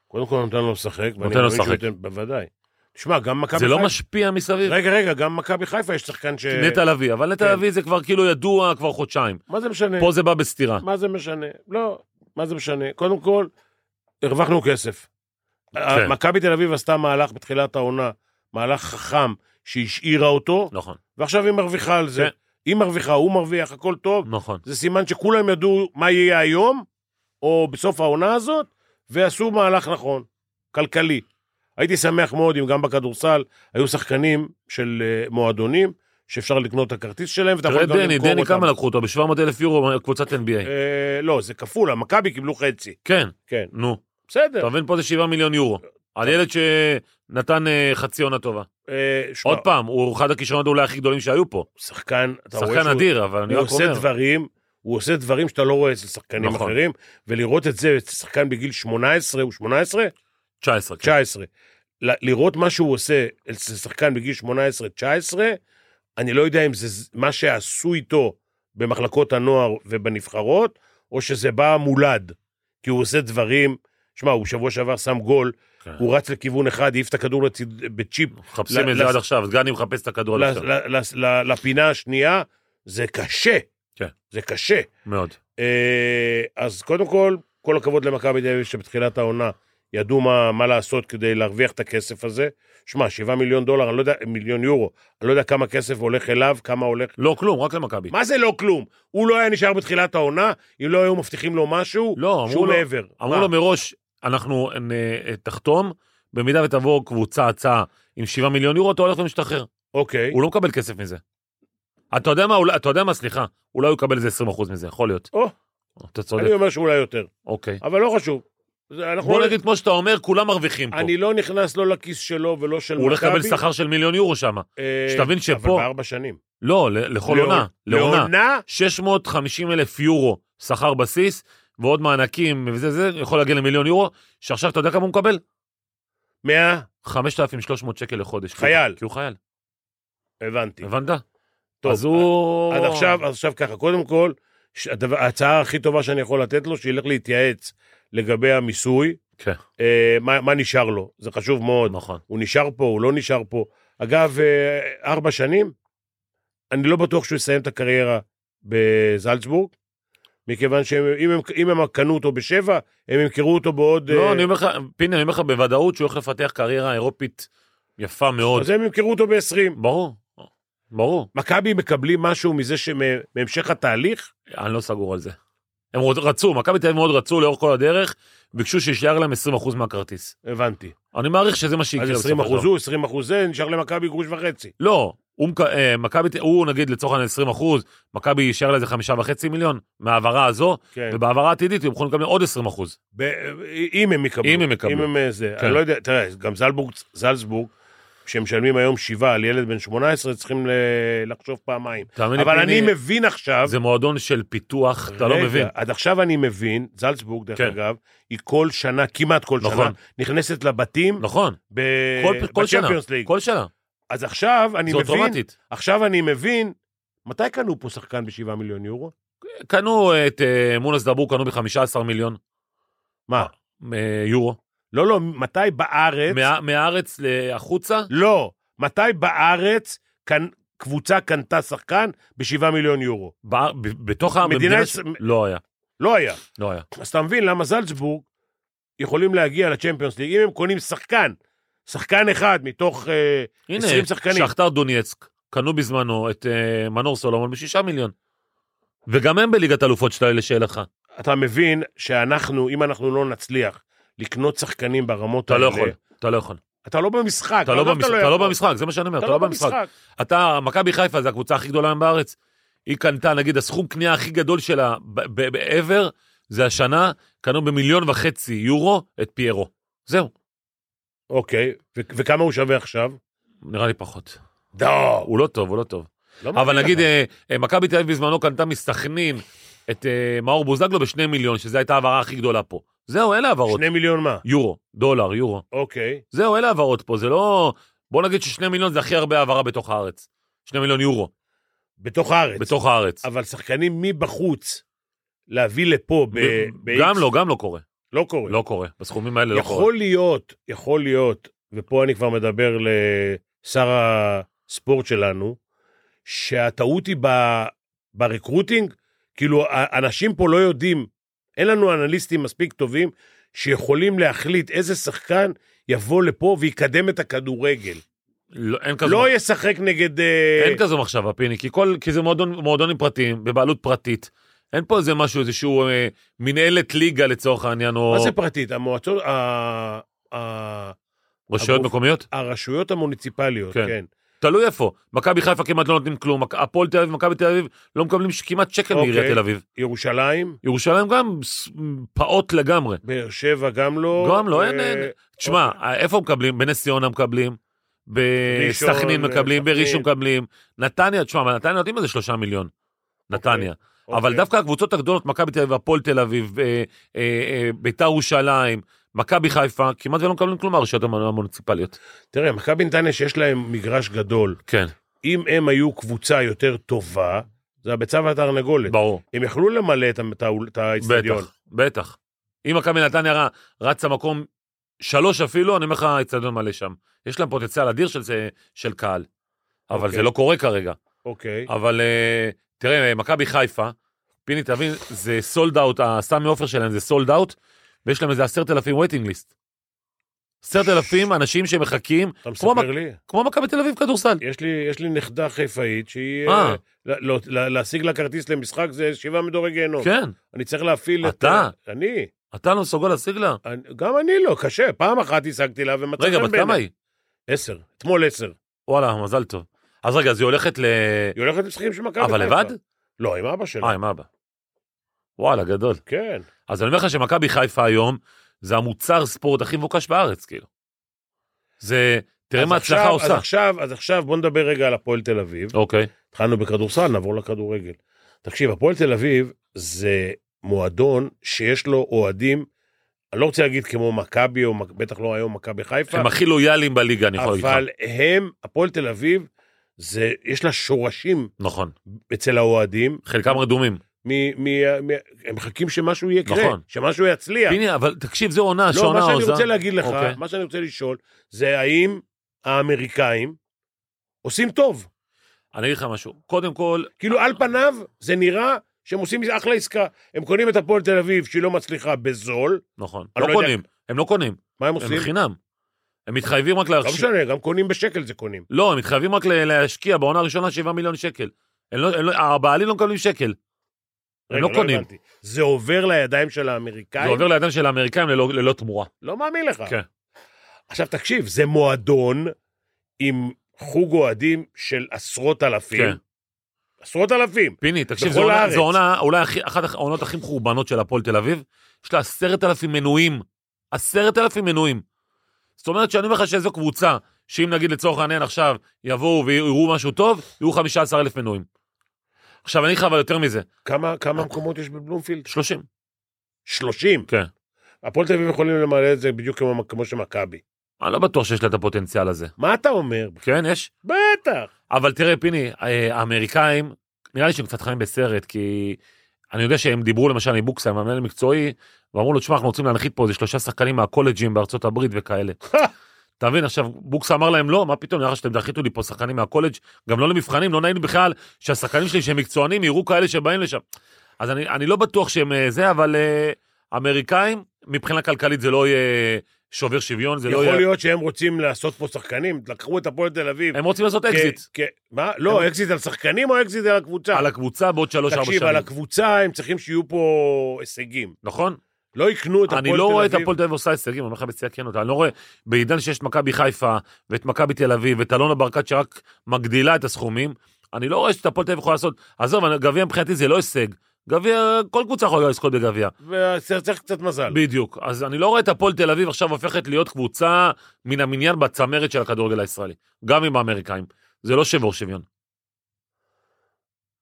S5: קודם כל נותן לו לשחק. ואני
S4: נותן לו
S5: מאמין שהוא
S4: לשחק.
S5: ייתן- בוודאי. תשמע, גם מכבי
S4: זה
S5: חיפה...
S4: לא משפיע מסביב.
S5: רגע, רגע, גם מכבי חיפה יש שחקן ש...
S4: נטע לביא, אבל נטע
S5: כן.
S4: לביא זה כבר כאילו ידוע כבר חודשיים.
S5: מה זה משנה?
S4: פה זה בא בסתירה.
S5: מה זה משנה? לא, מה זה משנה? קודם כל, הרווחנו כסף.
S4: כן.
S5: מכבי תל אביב עשתה מהלך בתחילת העונה, מהלך חכם, שהשאירה אותו,
S4: נכון,
S5: ועכשיו היא מרוויחה על זה.
S4: כן.
S5: היא מרוויחה, הוא מרוויח, הכל טוב.
S4: נכון.
S5: זה סימן שכולם ידעו מה יהיה היום, או בסוף העונה הזאת, ועשו מהלך נכון, כלכלי. הייתי שמח מאוד אם גם בכדורסל היו שחקנים של אה, מועדונים, שאפשר לקנות את הכרטיס שלהם, ואתה
S4: תראה
S5: יכול גם
S4: דני,
S5: למכור
S4: דני
S5: אותם.
S4: כמה לקחו אותו? ב-700 אלף יורו קבוצת NBA.
S5: אה, לא, זה כפול, המכבי קיבלו חצי.
S4: אוקיי. כן,
S5: כן.
S4: נו.
S5: בסדר.
S4: אתה מבין, פה זה 7 מיליון יורו. על ילד שנתן אה, חצי עונה טובה.
S5: אה, שמע,
S4: עוד פעם, הוא אחד הכישרונות אולי הכי גדולים שהיו פה.
S5: שחקן, אתה רואה
S4: שחקן
S5: שהוא-
S4: אדיר, אבל אני
S5: הוא
S4: רק
S5: עושה
S4: אומר.
S5: דברים, הוא עושה דברים שאתה לא רואה אצל שחקנים
S4: נכון.
S5: אחרים, ולראות את זה אצל שחקן בגיל 18, הוא 18?
S4: 19. כן.
S5: 19. ל- לראות מה שהוא עושה אצל שחקן בגיל 18-19, אני לא יודע אם זה ז- מה שעשו איתו במחלקות הנוער ובנבחרות, או שזה בא מולד, כי הוא עושה דברים, שמע, הוא שבוע שעבר שם גול,
S4: כן.
S5: הוא רץ לכיוון אחד, העיף את הכדור לצד- בצ'יפ
S4: מחפשים
S5: ל-
S4: את זה
S5: לס-
S4: עד עכשיו, אז גני מחפש את הכדור עד
S5: ל-
S4: עכשיו.
S5: ל- ל- ל- לפינה השנייה, זה קשה.
S4: כן.
S5: זה קשה.
S4: מאוד.
S5: אה, אז קודם כל, כל הכבוד למכבי תל אביב שבתחילת העונה ידעו מה, מה לעשות כדי להרוויח את הכסף הזה. שמע, 7 מיליון דולר, אני לא יודע, מיליון יורו, אני לא יודע כמה כסף הולך אליו, כמה הולך...
S4: לא כלום, רק למכבי.
S5: מה זה לא כלום? הוא לא היה נשאר בתחילת העונה, אם לא היו מבטיחים לו משהו,
S4: לא, אמרו
S5: שהוא
S4: לו-
S5: מעבר. אה,
S4: אמרו
S5: מה?
S4: לו מראש, אנחנו נ- תחתום, במידה ותבוא קבוצה הצעה עם 7 מיליון יורו, אתה הולך ומשתחרר.
S5: אוקיי.
S4: הוא לא מקבל כסף מזה. אתה יודע מה, אולי- אתה יודע מה, סליחה, אולי הוא יקבל איזה 20% מזה, יכול להיות.
S5: או.
S4: אתה צודק,
S5: אני אומר שאולי יותר,
S4: אוקיי.
S5: אבל לא חשוב. זה- אנחנו
S4: בוא
S5: לא-
S4: נגיד, כמו שאתה אומר, כולם מרוויחים פה.
S5: אני לא נכנס לא לכיס שלו ולא של מכבי.
S4: הוא הולך לקבל שכר של מיליון יורו שם.
S5: אה,
S4: שתבין שפה-
S5: אבל בארבע שנים.
S4: לא, ל- לכל עונה. לעונה.
S5: לעונה?
S4: 650 אלף יורו שכר בסיס, ועוד מענקים וזה זה, יכול להגיע למיליון יורו, שעכשיו אתה יודע כמה הוא מקבל?
S5: מאה?
S4: 5,300 שקל לחודש. כי הוא-
S5: חייל.
S4: כי הוא חייל,
S5: הבנתי.
S4: הבנת?
S5: טוב, אה,
S4: אז הוא...
S5: עד עכשיו, אז עכשיו ככה, קודם כל, ש- הדבר- ההצעה הכי טובה שאני יכול לתת לו, שילך להתייעץ לגבי המיסוי,
S4: כן,
S5: אה, מה, מה נשאר לו, זה חשוב מאוד.
S4: נכון.
S5: הוא נשאר פה, הוא לא נשאר פה. אגב, אה, ארבע שנים, אני לא בטוח שהוא יסיים את הקריירה בזלצבורג, מכיוון שאם הם, אם הם קנו אותו בשבע, הם ימכרו אותו בעוד... אה,
S4: לא, אני אומר לך, פיני, אני אומר לך בוודאות שהוא הולך לפתח קריירה אירופית יפה מאוד.
S5: אז הם ימכרו אותו ב-20.
S4: ברור, ברור.
S5: מכבי מקבלים משהו מזה שמהמשך התהליך?
S4: אני לא סגור על זה. הם רוצ- רצו, מכבי תל אביב מאוד רצו לאורך כל הדרך, ביקשו שישאר להם 20% מהכרטיס.
S5: הבנתי.
S4: אני מעריך שזה מה לא שיקרה.
S5: אז 20
S4: בסופו של
S5: אחוז
S4: דבר.
S5: הוא, 20 אחוז זה, נשאר למכבי גרוש וחצי.
S4: לא, הוא מק- אה, מכבי, ת- הוא נגיד לצורך העניין 20 אחוז, מכבי יישאר לזה חמישה וחצי מיליון מההעברה הזו,
S5: כן.
S4: ובהעברה העתידית הם יכולים לקבל עוד 20 אחוז.
S5: ב- אה, אם הם יקבלו.
S4: אם הם יקבלו.
S5: אם הם אה, זה.
S4: כן.
S5: אני לא יודע, תראה, גם זלבורג, זלצבורג, שמשלמים היום שבעה על ילד בן 18, צריכים ל- לחשוב פעמיים.
S4: תאמין לי,
S5: אבל אני
S4: פיני,
S5: מבין עכשיו...
S4: זה מועדון של פיתוח, אתה לא
S5: רגע,
S4: מבין.
S5: עד עכשיו אני מבין, זלצבורג, דרך
S4: כן.
S5: אגב, היא כל שנה, כמעט כל
S4: נכון.
S5: שנה, נכנסת לבתים
S4: נכון,
S5: ב-
S4: כל- כל שנה,
S5: אה, בצ'מפיונס ליג.
S4: כל שנה,
S5: אז עכשיו אני
S4: זה
S5: מבין,
S4: אוטומטית.
S5: עכשיו אני מבין, מתי קנו פה שחקן ב-7 מיליון יורו?
S4: קנו את אה, מונס דבור, קנו ב-15 מיליון
S5: מה?
S4: אה, יורו.
S5: לא, לא, מתי בארץ...
S4: מה- מהארץ החוצה,
S5: לא. מתי בארץ קנ... קבוצה קנתה שחקן ב-7 מיליון יורו?
S4: בא- ב- בתוך ה-
S5: מדינה
S4: במדינה
S5: יש-
S4: ש- לא היה,
S5: לא היה.
S4: לא היה.
S5: אז אתה מבין למה זלצבורג יכולים להגיע לצ'מפיונס ליג. אם הם קונים שחקן, שחקן אחד מתוך... אה, 20
S4: הנה,
S5: שחקנים.
S4: שכתר דונייצק, קנו בזמנו את אה, מנור סולומון בשישה מיליון. וגם הם בליגת אלופות שלה לשאלתך.
S5: אתה מבין שאנחנו, אם אנחנו לא נצליח לקנות שחקנים ברמות
S4: אתה
S5: האלה...
S4: לא יכול, אתה לא יכול.
S5: אתה לא במשחק.
S4: אתה לא
S5: עזוב,
S4: במשחק, אתה לא
S5: יכול.
S4: במשחק, זה מה שאני אומר, אתה לא במשחק. אתה, מכבי חיפה זה הקבוצה הכי גדולה היום בארץ. היא קנתה, נגיד, הסכום קנייה הכי גדול שלה ב- ב- ever, זה השנה, קנו במיליון וחצי יורו את פיירו. זהו,
S5: אוקיי, ו- וכמה הוא שווה עכשיו?
S4: נראה לי פחות.
S5: לא.
S4: הוא לא טוב, הוא לא טוב.
S5: לא מאמין
S4: אבל נגיד,
S5: לך.
S4: אה, אה, מכבי תל אביב בזמנו קנתה מסכנין את אה, מאור בוזגלו בשני מיליון, שזו הייתה ההעברה הכי גדולה פה. זהו, אלה העברות.
S5: שני מיליון מה?
S4: יורו, דולר, יורו.
S5: אוקיי.
S4: זהו, אלה העברות פה, זה לא... בוא נגיד ששני מיליון זה הכי הרבה העברה בתוך הארץ. שני מיליון יורו,
S5: בתוך הארץ.
S4: בתוך הארץ.
S5: אבל שחקנים מבחוץ להביא לפה ב... ב-
S4: גם לא, גם לא קורה.
S5: לא קורה.
S4: לא קורה. בסכומים האלה לא קורה.
S5: יכול להיות, יכול להיות, ופה אני כבר מדבר לשר הספורט שלנו, שהטעות היא ב... ברקרוטינג, כאילו, ה- אנשים פה לא יודעים, אין לנו אנליסטים מספיק טובים שיכולים להחליט איזה שחקן יבוא לפה ויקדם את הכדורגל.
S4: לא, אין כזו,
S5: לא ישחק נגד... אה,
S4: אין כזו מחשבה, פיני, כי, כל, כי זה מועדון, מועדונים פרטיים, בבעלות פרטית. אין פה איזה משהו, איזשהו אה, מנהלת ליגה לצורך העניין, או...
S5: מה זה פרטית? המועצות, ה- ה-
S4: רשויות
S5: הגוף-
S4: מקומיות?
S5: הרשויות המוניציפליות,
S4: כן.
S5: כן.
S4: תלוי איפה. מכבי חיפה כמעט לא נותנים כלום, מכ- הפועל תל אביב, מכבי תל אביב, לא מקבלים ש- כמעט שקל
S5: אוקיי.
S4: מעיריית תל אביב.
S5: ירושלים,
S4: ירושלים גם ס- פעוט לגמרי.
S5: באר שבע גם לא.
S4: גם לא, אין-
S5: אה,
S4: אין. תשמע, אה, איפה מקבלים? בנס ציונה מקבלים, בסכנין
S5: ראשון, אה,
S4: מקבלים,
S5: סכנין.
S4: בראשון מקבלים. נתניה, תשמע, אבל נתניה נותנים איזה שלושה מיליון. נתניה. אבל
S5: אוקיי.
S4: דווקא הקבוצות הגדולות, מכבי תל אביב, הפועל תל אביב, אה, אה, אה, ביתר ירושלים, מכבי חיפה, כמעט ולא מקבלים כלום מהרשויות המ- המוניציפליות.
S5: תראה, מכבי נתניה שיש להם מגרש גדול,
S4: כן,
S5: אם הם היו קבוצה יותר טובה, זה הביצה והתרנגולת.
S4: ברור.
S5: הם יכלו למלא את ה- את האול- את האצטדיון.
S4: בטח, בטח. אם מכבי נתניה ר- רצה מקום שלוש אפילו, אני אומר לך, האצטדיון מלא שם. יש להם פוטנציאל אדיר של, זה- של קהל. אבל
S5: אוקיי.
S4: זה לא קורה כרגע.
S5: אוקיי.
S4: אבל אה, תראה, מכבי חיפה, פיני, תבין, זה סולד אאוט, הסמי עופר שלהם זה סולד אאוט, ויש להם איזה עשרת אלפים וייטינג ליסט. עשרת אלפים אנשים שמחכים,
S5: אתה
S4: כמו
S5: מספר לי?
S4: כמו מכבי תל אביב כדורסל.
S5: יש לי, יש לי נכדה חיפאית שהיא...
S4: אה.
S5: אה, לא, לא, להשיג לה כרטיס למשחק זה שבעה מדורי גיהנום.
S4: כן,
S5: אני צריך להפעיל את...
S4: אתה?
S5: אני,
S4: אתה לא מסוגל להשיג לה.
S5: אני. גם אני לא, קשה. פעם אחת השגתי לה ומצא
S4: רגע, בת כמה היא?
S5: עשר. אתמול עשר.
S4: וואלה, מזל טוב. אז רגע, אז היא הולכת ל...
S5: היא הולכת למשחקים של מכבי
S4: אבל
S5: חיפה.
S4: לבד?
S5: לא, עם אבא שלה.
S4: אה, עם אבא. וואלה, גדול.
S5: כן.
S4: אז אני אומר לך שמכבי חיפה היום, זה המוצר ספורט הכי מבוקש בארץ, כאילו. זה, תראה
S5: אז
S4: מה
S5: עכשיו-
S4: ההצלחה עושה.
S5: אז עכשיו, אז עכשיו בוא נדבר רגע על הפועל תל אביב.
S4: אוקיי,
S5: התחלנו בכדורסל, נעבור לכדורגל. תקשיב, הפועל תל אביב זה מועדון שיש לו אוהדים, אני לא רוצה להגיד כמו מכבי, או מק- בטח לא היום מכבי חיפה,
S4: הם הכי לויאליים בליגה, אני יכול להגיד לך.
S5: אבל הם, הפועל תל אביב, זה, יש לה שורשים
S4: נכון.
S5: אצל האוהדים,
S4: חלקם רדומים.
S5: כן. מ, מ, מ, הם מחכים שמשהו יקרה,
S4: נכון.
S5: שמשהו יצליח.
S4: פיני, אבל תקשיב, זו עונה,
S5: לא,
S4: שעונה
S5: מה
S4: עוזה.
S5: שאני רוצה להגיד לך,
S4: אוקיי.
S5: מה שאני רוצה לשאול, זה האם האמריקאים עושים טוב.
S4: אני אגיד לך משהו. קודם כל,
S5: כאילו על פניו זה נראה שהם עושים מזה אחלה עסקה. הם קונים את הפועל תל אביב שהיא לא מצליחה בזול,
S4: נכון,
S5: אני
S4: לא
S5: לא יודע-
S4: קונים. הם לא קונים,
S5: מה הם עושים?
S4: הם חינם. הם מתחייבים רק
S5: לא
S4: להכשיר.
S5: משנה, גם קונים בשקל זה קונים.
S4: לא, הם מתחייבים רק ל- להשקיע בעונה הראשונה 7 מיליון שקל. הם לא- הם לא- הבעלים לא מקבלים שקל. הם
S5: רגע,
S4: לא קונים.
S5: הבנתי. זה עובר לידיים של
S4: זה
S5: האמריקאים?
S4: עובר לידיים של האמריקאים ללא ללא תמורה.
S5: לא מאמין לך.
S4: כן.
S5: עכשיו תקשיב, זה מועדון עם חוג אוהדים של עשרות אלפים.
S4: כן.
S5: עשרות אלפים.
S4: פיני, תקשיב,
S5: בכל
S4: זו עונה-
S5: הארץ.
S4: זו עונה, אולי הכי- אחת העונות הכי מחורבנות של הפועל תל אביב, יש לה עשרת אלפים מנויים. עשרת אלפים מנויים. זאת אומרת שאני אומר לך שזו קבוצה, שאם נגיד לצורך העניין עכשיו יבואו ויראו משהו טוב, יהיו 15 אלף מנויים. עכשיו אני אגיד לך אבל יותר מזה,
S5: כמה, כמה מקומות יש בבלומפילד?
S4: 30.
S5: 30.
S4: כן.
S5: הפועל תל אביב יכולים למלא את זה בדיוק כמו, כמו שמכבי.
S4: אני לא בטוח שיש לה את הפוטנציאל הזה.
S5: מה אתה אומר?
S4: כן, יש?
S5: בטח.
S4: אבל תראה, פיני, אה, האמריקאים, נראה לי שהם קצת חיים בסרט, כי אני יודע שהם דיברו למשל עם בוקסה, עם המנהל המקצועי, ואמרו לו, תשמע, אנחנו רוצים להנחית פה איזה שלושה שחקנים מהקולג'ים בארצות הברית וכאלה. אתה מבין, עכשיו, בוקסה אמר להם, לא, מה פתאום, נראה לך שאתם דחיתו לי פה שחקנים מהקולג', גם לא למבחנים, לא נעים לי בכלל שהשחקנים שלי שהם מקצוענים יראו כאלה שבאים לשם. אז אני, אני לא בטוח שהם אה, זה, אבל אה, אמריקאים, מבחינה כלכלית זה לא יהיה שובר שוויון, זה לא
S5: יכול
S4: יהיה...
S5: להיות שהם רוצים לעשות פה שחקנים, לקחו את הפועל תל אביב.
S4: הם רוצים לעשות
S5: כ-
S4: אקזיט
S5: כ- מה? לא, אקזיט על שחקנים או אקזיט על הקבוצה?
S4: על הקבוצה בעוד שלוש-ארבע שנים.
S5: תקשיב, על הקבוצה הם צריכים שיהיו פה הישגים.
S4: נכון?
S5: לא יקנו את הפועל תל
S4: אני
S5: אביב.
S4: לא רואה את הפועל תל אביב עושה הישגים, אני אומר לך בצי הכנות, אני לא רואה, בעידן שיש את מכבי חיפה, ואת מכבי תל אביב, ואת אלונה ברקת שרק מגדילה את הסכומים, אני לא רואה שאת הפועל תל אביב יכולה לעשות, עזוב, אני- גביע מבחינתי זה לא הישג, גביע, כל קבוצה יכולה לזכות בגביע,
S5: וצריך קצת מזל.
S4: בדיוק, אז אני לא רואה את הפועל תל אביב עכשיו הופכת להיות קבוצה מן המניין בצמרת של הכדורגל הישראלי, גם עם האמריקאים, זה לא שבור שוויון.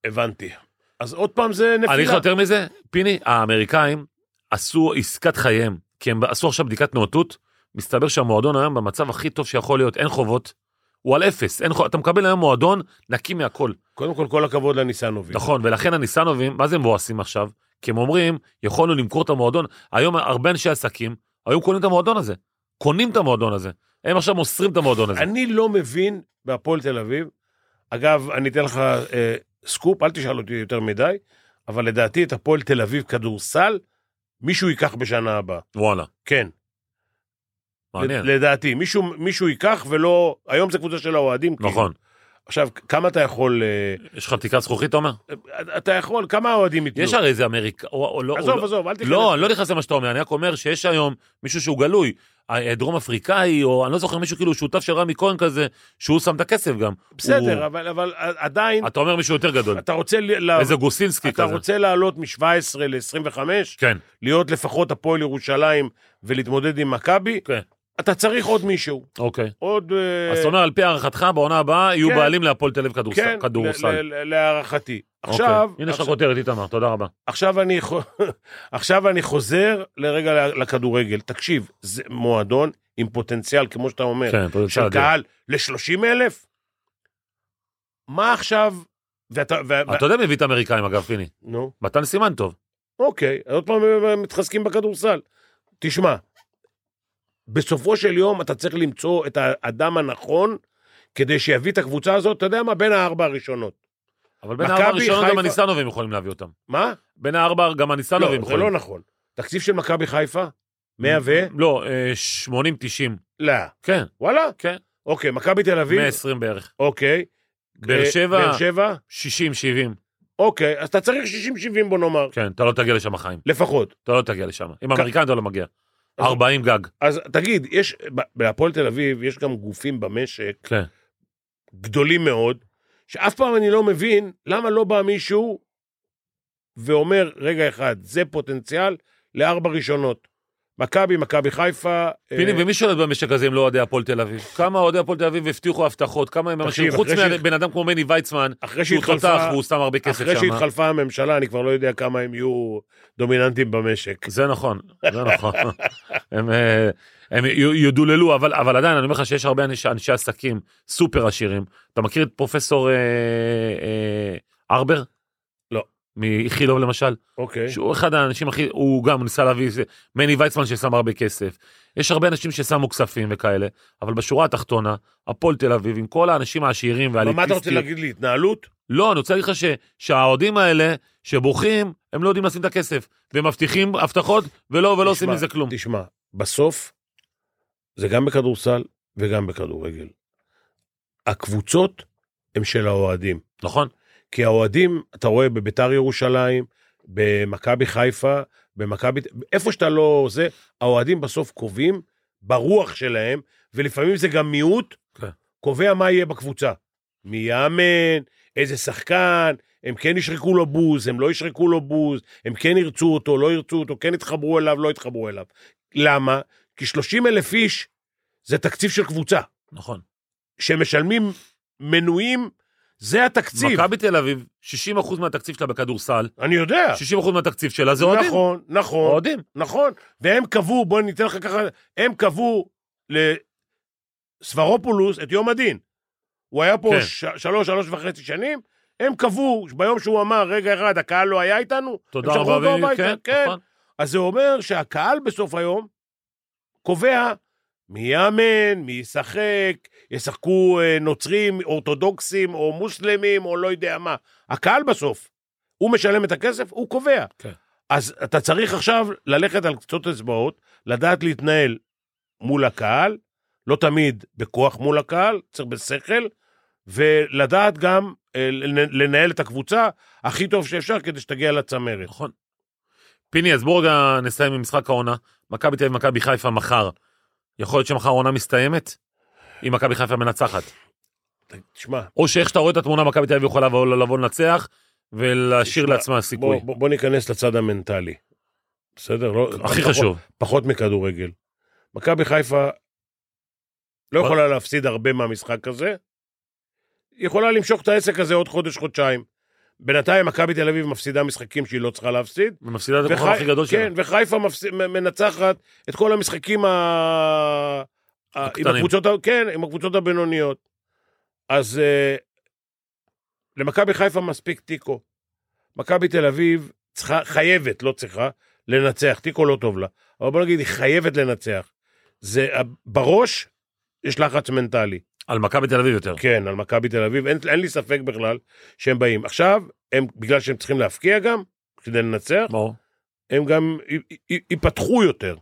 S5: הבנתי. אז עוד פעם זה
S4: אני אגיד לך
S5: נפילה.
S4: יותר מזה, פיני, האמריקאים עשו עסקת חייהם, כי הם עשו עכשיו בדיקת נאותות, מסתבר שהמועדון היום במצב הכי טוב שיכול להיות, אין חובות, הוא על אפס, אין חוב, אתה מקבל היום מועדון נקי מהכל.
S5: קודם כל, כל הכבוד לניסנובים.
S4: נכון, ולכן הניסנובים, מה זה הם מבואסים עכשיו? כי הם אומרים, יכולנו למכור את המועדון, היום הרבה אנשי עסקים, היו קונים את המועדון הזה, קונים את המועדון הזה, הם עכשיו מוסרים את המועדון הזה.
S5: אני לא מבין בהפועל תל אביב. אגב, אני אתן לך אה, סקופ, אל תשאל אותי יותר מדי, אבל לדעתי את הפועל תל אביב כדורסל, מישהו ייקח בשנה הבאה.
S4: וואלה,
S5: כן.
S4: מעניין,
S5: לדעתי. מישהו, מישהו ייקח ולא... היום זה קבוצה של האוהדים. כאילו.
S4: נכון.
S5: עכשיו, כמה אתה יכול... אה,
S4: יש לך תקרת זכוכית, אתה אומר?
S5: אתה יכול, כמה אוהדים יתנו?
S4: יש לא, הרי איזה אמריקאי,
S5: עזוב, עזוב, אל תיכנס.
S4: לא, אני לא נכנס למה שאתה אומר, אני רק אומר שיש היום מישהו שהוא גלוי. הדרום אפריקאי, או אני לא זוכר מישהו כאילו שותף של רמי כהן כזה, שהוא שם את הכסף גם.
S5: בסדר,
S4: הוא-
S5: אבל- אבל עדיין,
S4: אתה אומר מישהו יותר גדול.
S5: אתה רוצה ל- לה-
S4: איזה גוסינסקי
S5: אתה
S4: כזה.
S5: רוצה לעלות מ-17 ל-25,
S4: כן,
S5: להיות לפחות הפועל ירושלים ולהתמודד עם מכבי,
S4: כן.
S5: אתה צריך עוד מישהו,
S4: אוקיי.
S5: עוד... אה,
S4: אז אתה אומר, על פי הערכתך, בעונה הבאה יהיו
S5: כן.
S4: בעלים להפועל תל אביב כדורסל.
S5: כן,
S4: כדורסל.
S5: ל- ל- להערכתי.
S4: אוקיי.
S5: עכשיו,
S4: הנה יש לך
S5: עכשיו-
S4: כותרת, איתמר, תודה רבה.
S5: עכשיו אני חו- עכשיו אני חוזר לרגע לכדורגל. תקשיב, זה מועדון עם פוטנציאל, כמו שאתה אומר,
S4: כן, פה אפשר
S5: של
S4: לדעת.
S5: קהל ל-30 אלף? מה עכשיו? ואתה... ו-
S4: אתה יודע מי הביא את האמריקאים, אגב, פיני?
S5: נו,
S4: מתן סימן טוב.
S5: אוקיי, עוד פעם הם- הם מתחזקים בכדורסל. תשמע, בסופו של יום אתה צריך למצוא את האדם הנכון כדי שיביא את הקבוצה הזאת, אתה יודע מה? בין הארבע הראשונות.
S4: אבל בין
S5: מכבי,
S4: הארבע הראשונות גם
S5: חיפה-
S4: הניסנובים יכולים להביא אותם.
S5: מה?
S4: בין הארבע גם הניסנובים
S5: לא, זה לא
S4: יכולים.
S5: נכון. תקציב של מכבי חיפה? 100 ו...
S4: לא, אה, 80-90.
S5: לא.
S4: כן,
S5: וואלה?
S4: כן.
S5: אוקיי, מכבי תל אביב?
S4: 120 בערך.
S5: אוקיי.
S4: באר
S5: אה,
S4: שבע,
S5: באר שבע?
S4: 60-70.
S5: אוקיי, אז אתה צריך 60-70 בוא נאמר,
S4: כן, אתה לא תגיע לשם החיים.
S5: לפחות.
S4: אתה לא תגיע לשם. עם
S5: כ-
S4: האמריקאים אתה לא מגיע.
S5: אז-
S4: 40 גג.
S5: אז תגיד, יש, ב- בהפועל תל אביב יש גם גופים במשק
S4: כן.
S5: גדולים מאוד, שאף פעם אני לא מבין למה לא בא מישהו ואומר, רגע אחד, זה פוטנציאל לארבע ראשונות. מכבי, מכבי חיפה.
S4: פיני,
S5: אה,
S4: ומי שולט במשק הזה אם לא אוהדי הפועל תל אביב? כמה אוהדי הפועל תל אביב הבטיחו הבטחות? כמה הם
S5: תקשיב,
S4: אנשים? חוץ
S5: אחרי
S4: מבן אדם כמו מני ויצמן,
S5: אחרי
S4: שהוא תותח
S5: שהתחלפה,
S4: והוא שם הרבה כסף
S5: אחרי
S4: שם. אה?
S5: שהתחלפה הממשלה, אני כבר לא יודע כמה הם יהיו דומיננטיים במשק.
S4: זה נכון, זה נכון. הם, אה, הם י- יודוללו, אבל, אבל עדיין אני אומר לך שיש הרבה אנשי, אנשי עסקים סופר עשירים. אתה מכיר את פרופסור אה, אה, ארבר?
S5: לא.
S4: מאיכילוב למשל?
S5: אוקיי.
S4: שהוא אחד האנשים הכי, הוא גם ניסה להביא, איזה- מני ויצמן ששם הרבה כסף. יש הרבה אנשים ששמו כספים וכאלה, אבל בשורה התחתונה, הפועל תל אביב, עם כל האנשים העשירים
S5: מה מה אתה רוצה
S4: והאליטיסטים,
S5: להגיד לי, התנהלות?
S4: לא, אני רוצה להגיד לך ש- שהאוהדים האלה, שבורחים, הם לא יודעים לשים את הכסף, והם מבטיחים הבטחות, ולא, ולא לא עושים
S5: תשמע,
S4: מזה כלום.
S5: תשמע, בסוף זה גם בכדורסל וגם בכדורגל. הקבוצות הן של האוהדים.
S4: נכון?
S5: כי האוהדים, אתה רואה בביתר ירושלים, במכבי חיפה, במכבי, איפה שאתה לא זה, האוהדים בסוף קובעים ברוח שלהם, ולפעמים זה גם מיעוט,
S4: כן.
S5: קובע מה יהיה בקבוצה. מי יאמן, איזה שחקן, הם כן ישרקו לו בוז, הם לא ישרקו לו בוז, הם כן ירצו אותו, לא ירצו אותו, כן יתחברו אליו, לא יתחברו אליו. למה? כי 30 אלף איש זה תקציב של קבוצה,
S4: נכון.
S5: שמשלמים מנויים, זה התקציב.
S4: מכבי תל אביב, 60% מהתקציב שלה בכדורסל,
S5: אני יודע.
S4: 60% מהתקציב שלה זה אוהדים.
S5: אה. נכון, נכון,
S4: אוהדים.
S5: נכון. והם קבעו, בוא ניתן לך ככה, הם קבעו לסברופולוס את יום הדין. הוא היה פה
S4: כן.
S5: ש- שלוש, שלוש וחצי שנים, הם קבעו, ביום שהוא אמר, רגע אחד, הקהל לא היה איתנו,
S4: תודה
S5: הם שלחו
S4: רבה.
S5: אותו
S4: ו-
S5: הביתה, כן.
S4: נכון.
S5: אז זה אומר שהקהל בסוף היום קובע מי יאמן, מי ישחק, ישחקו אה, נוצרים, אורתודוקסים או מוסלמים או לא יודע מה. הקהל בסוף, הוא משלם את הכסף, הוא קובע.
S4: כן.
S5: אז אתה צריך עכשיו ללכת על קצות אצבעות, לדעת להתנהל מול הקהל, לא תמיד בכוח מול הקהל, צריך בשכל, ולדעת גם אה, לנ- לנהל את הקבוצה הכי טוב שאפשר כדי שתגיע לצמרת.
S4: נכון. פיני, אז בואו רגע נסיים עם משחק העונה. מכבי תל אביב, מכבי חיפה מחר. יכול להיות שמחר העונה מסתיימת? אם מכבי חיפה מנצחת.
S5: תשמע,
S4: או שאיך שאתה רואה את התמונה, מכבי תל אביב יכולה לבוא, לבוא לנצח ולהשאיר
S5: תשמע,
S4: לעצמה סיכוי.
S5: בוא, בוא, בוא ניכנס לצד המנטלי, בסדר? לא,
S4: הכי
S5: פחות,
S4: חשוב.
S5: פחות מכדורגל. מכבי חיפה לא
S4: אבל-
S5: יכולה להפסיד הרבה מהמשחק הזה, היא יכולה למשוך את העסק הזה עוד חודש-חודשיים. בינתיים מכבי תל אביב מפסידה משחקים שהיא לא צריכה להפסיד,
S4: ומפסידה את הכוכב הכי גדול
S5: כן,
S4: שלה.
S5: וחיפה מפס... מ- מנצחת את כל המשחקים ה... ה- עם
S4: הקטנים.
S5: הקבוצות, ה- כן, עם הקבוצות הבינוניות. אז אה, למכבי חיפה מספיק תיקו. מכבי תל אביב צריכה, חייבת, לא צריכה, לנצח. תיקו לא טוב לה, אבל בוא נגיד, היא חייבת לנצח. זה, ה- בראש יש לחץ מנטלי.
S4: על מכבי תל אביב יותר.
S5: כן, על מכבי תל אביב, אין, אין לי ספק בכלל שהם באים. עכשיו, הם, בגלל שהם צריכים להפקיע גם, כדי לנצח,
S4: ברור.
S5: הם גם י- י- י- ייפתחו יותר,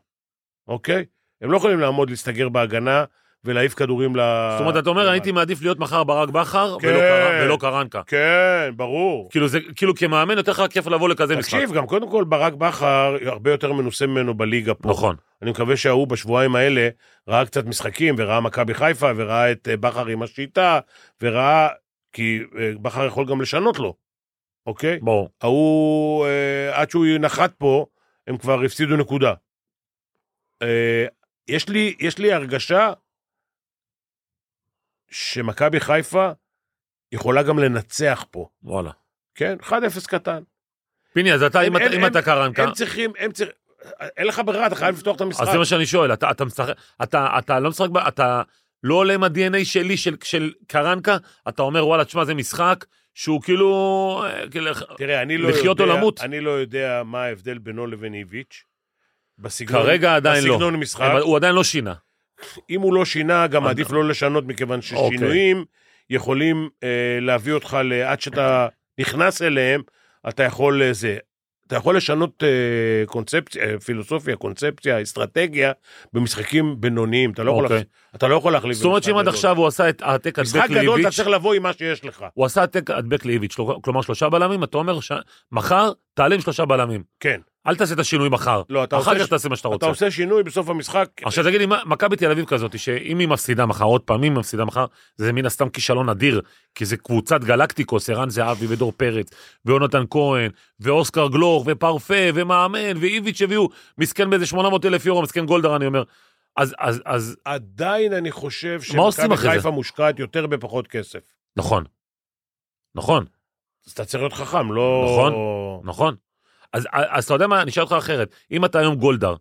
S5: אוקיי? הם לא יכולים לעמוד להסתגר בהגנה ולהעיף כדורים ל...
S4: זאת אומרת, אתה אומר, הייתי מעדיף להיות מחר ברק בכר
S5: אה,
S4: ולא
S5: כן.
S4: קר- ולא קרנקה.
S5: כן, ברור.
S4: כאילו, זה- כאילו כמאמן יותר לך כיף לבוא לכזה משחק.
S5: תקשיב, גם קודם כל ברק בכר הרבה יותר מנוסה ממנו בליגה פה.
S4: נכון.
S5: אני מקווה שההוא בשבועיים האלה ראה קצת משחקים, וראה מכבי חיפה, וראה את אה, בכר עם השיטה, וראה... כי אה, בכר יכול גם לשנות לו, אוקיי?
S4: ברור.
S5: ההוא, אה, עד שהוא נחת פה, הם כבר הפסידו נקודה. אה, יש לי, יש לי הרגשה שמכבי חיפה יכולה גם לנצח פה,
S4: וואלה.
S5: כן? 1-0 קטן.
S4: פיני, אז אתה,
S5: אין-
S4: אם אתה-
S5: אין-
S4: אם אתה קרנקה...
S5: הם צריכים, הם צריכים, אין לך ברירה, אתה חייב לפתוח את המשחק.
S4: אז זה מה שאני שואל, אתה, אתה משחק, אתה, אתה לא משחק, ב- אתה לא עולה עם ה-DNA שלי, של, של קרנקה, אתה אומר, וואלה, תשמע, זה משחק שהוא כאילו... אה, כאילו,
S5: תראה, אני לא
S4: לחיות או
S5: יודע-
S4: למות.
S5: אני לא יודע מה ההבדל בינו לבין איביץ'. בסגנון,
S4: כרגע עדיין לא.
S5: בסגנון משחק.
S4: אבל הוא עדיין לא שינה.
S5: אם הוא לא שינה, גם עדיף לא לשנות, מכיוון ששינויים יכולים אה, להביא אותך, ל- עד שאתה נכנס אליהם, אתה יכול אה, זה. אתה יכול לשנות אה, קונספציה, אה, פילוסופיה, קונספציה, אסטרטגיה, במשחקים בינוניים. אתה לא, יכול,
S4: אוקיי.
S5: להח... אתה לא יכול להחליף...
S4: זאת אומרת
S5: במשחק
S4: שאם עד
S5: גדול.
S4: עכשיו הוא עשה את העתק
S5: משחק
S4: הדבק
S5: גדול אתה
S4: לאיביץ',
S5: צריך לבוא עם מה שיש לך.
S4: הוא עשה העתק הדבק לאיביץ', כל- כלומר שלושה בלמים, אתה אומר, ש- מחר תעלה עם שלושה בלמים.
S5: כן.
S4: אל תעשה את השינוי מחר.
S5: לא, אתה
S4: אחר
S5: עושה
S4: כך תעשה מה שאתה
S5: אתה
S4: רוצה.
S5: עושה שינוי בסוף המשחק.
S4: עכשיו תגיד לי, מה- מכבי תל אביב כזאת, שאם היא מפסידה מחר, עוד פעם, אם היא מפסידה מחר, זה מן הסתם כישלון אדיר, כי זה קבוצת גלקטיקוס, ערן זהבי ודור פרץ, ויונתן כהן, ואוסקר גלוך, ופרפה, ומאמן, ואיביץ' הביאו, מסכן באיזה 800 אלף יורו, מסכן גולדהר, אני אומר. אז, אז, אז,
S5: עדיין אני חושב
S4: עושים
S5: שמכבי
S4: אחרי זה?
S5: חיפה מושקעת יותר בפחות כסף.
S4: נכון. נכון,
S5: אז אתה צריך להיות חכם, לא...
S4: נכון. נכון. אז, אז אתה יודע מה, אני אשאל אותך אחרת, אם אתה היום גולדהר,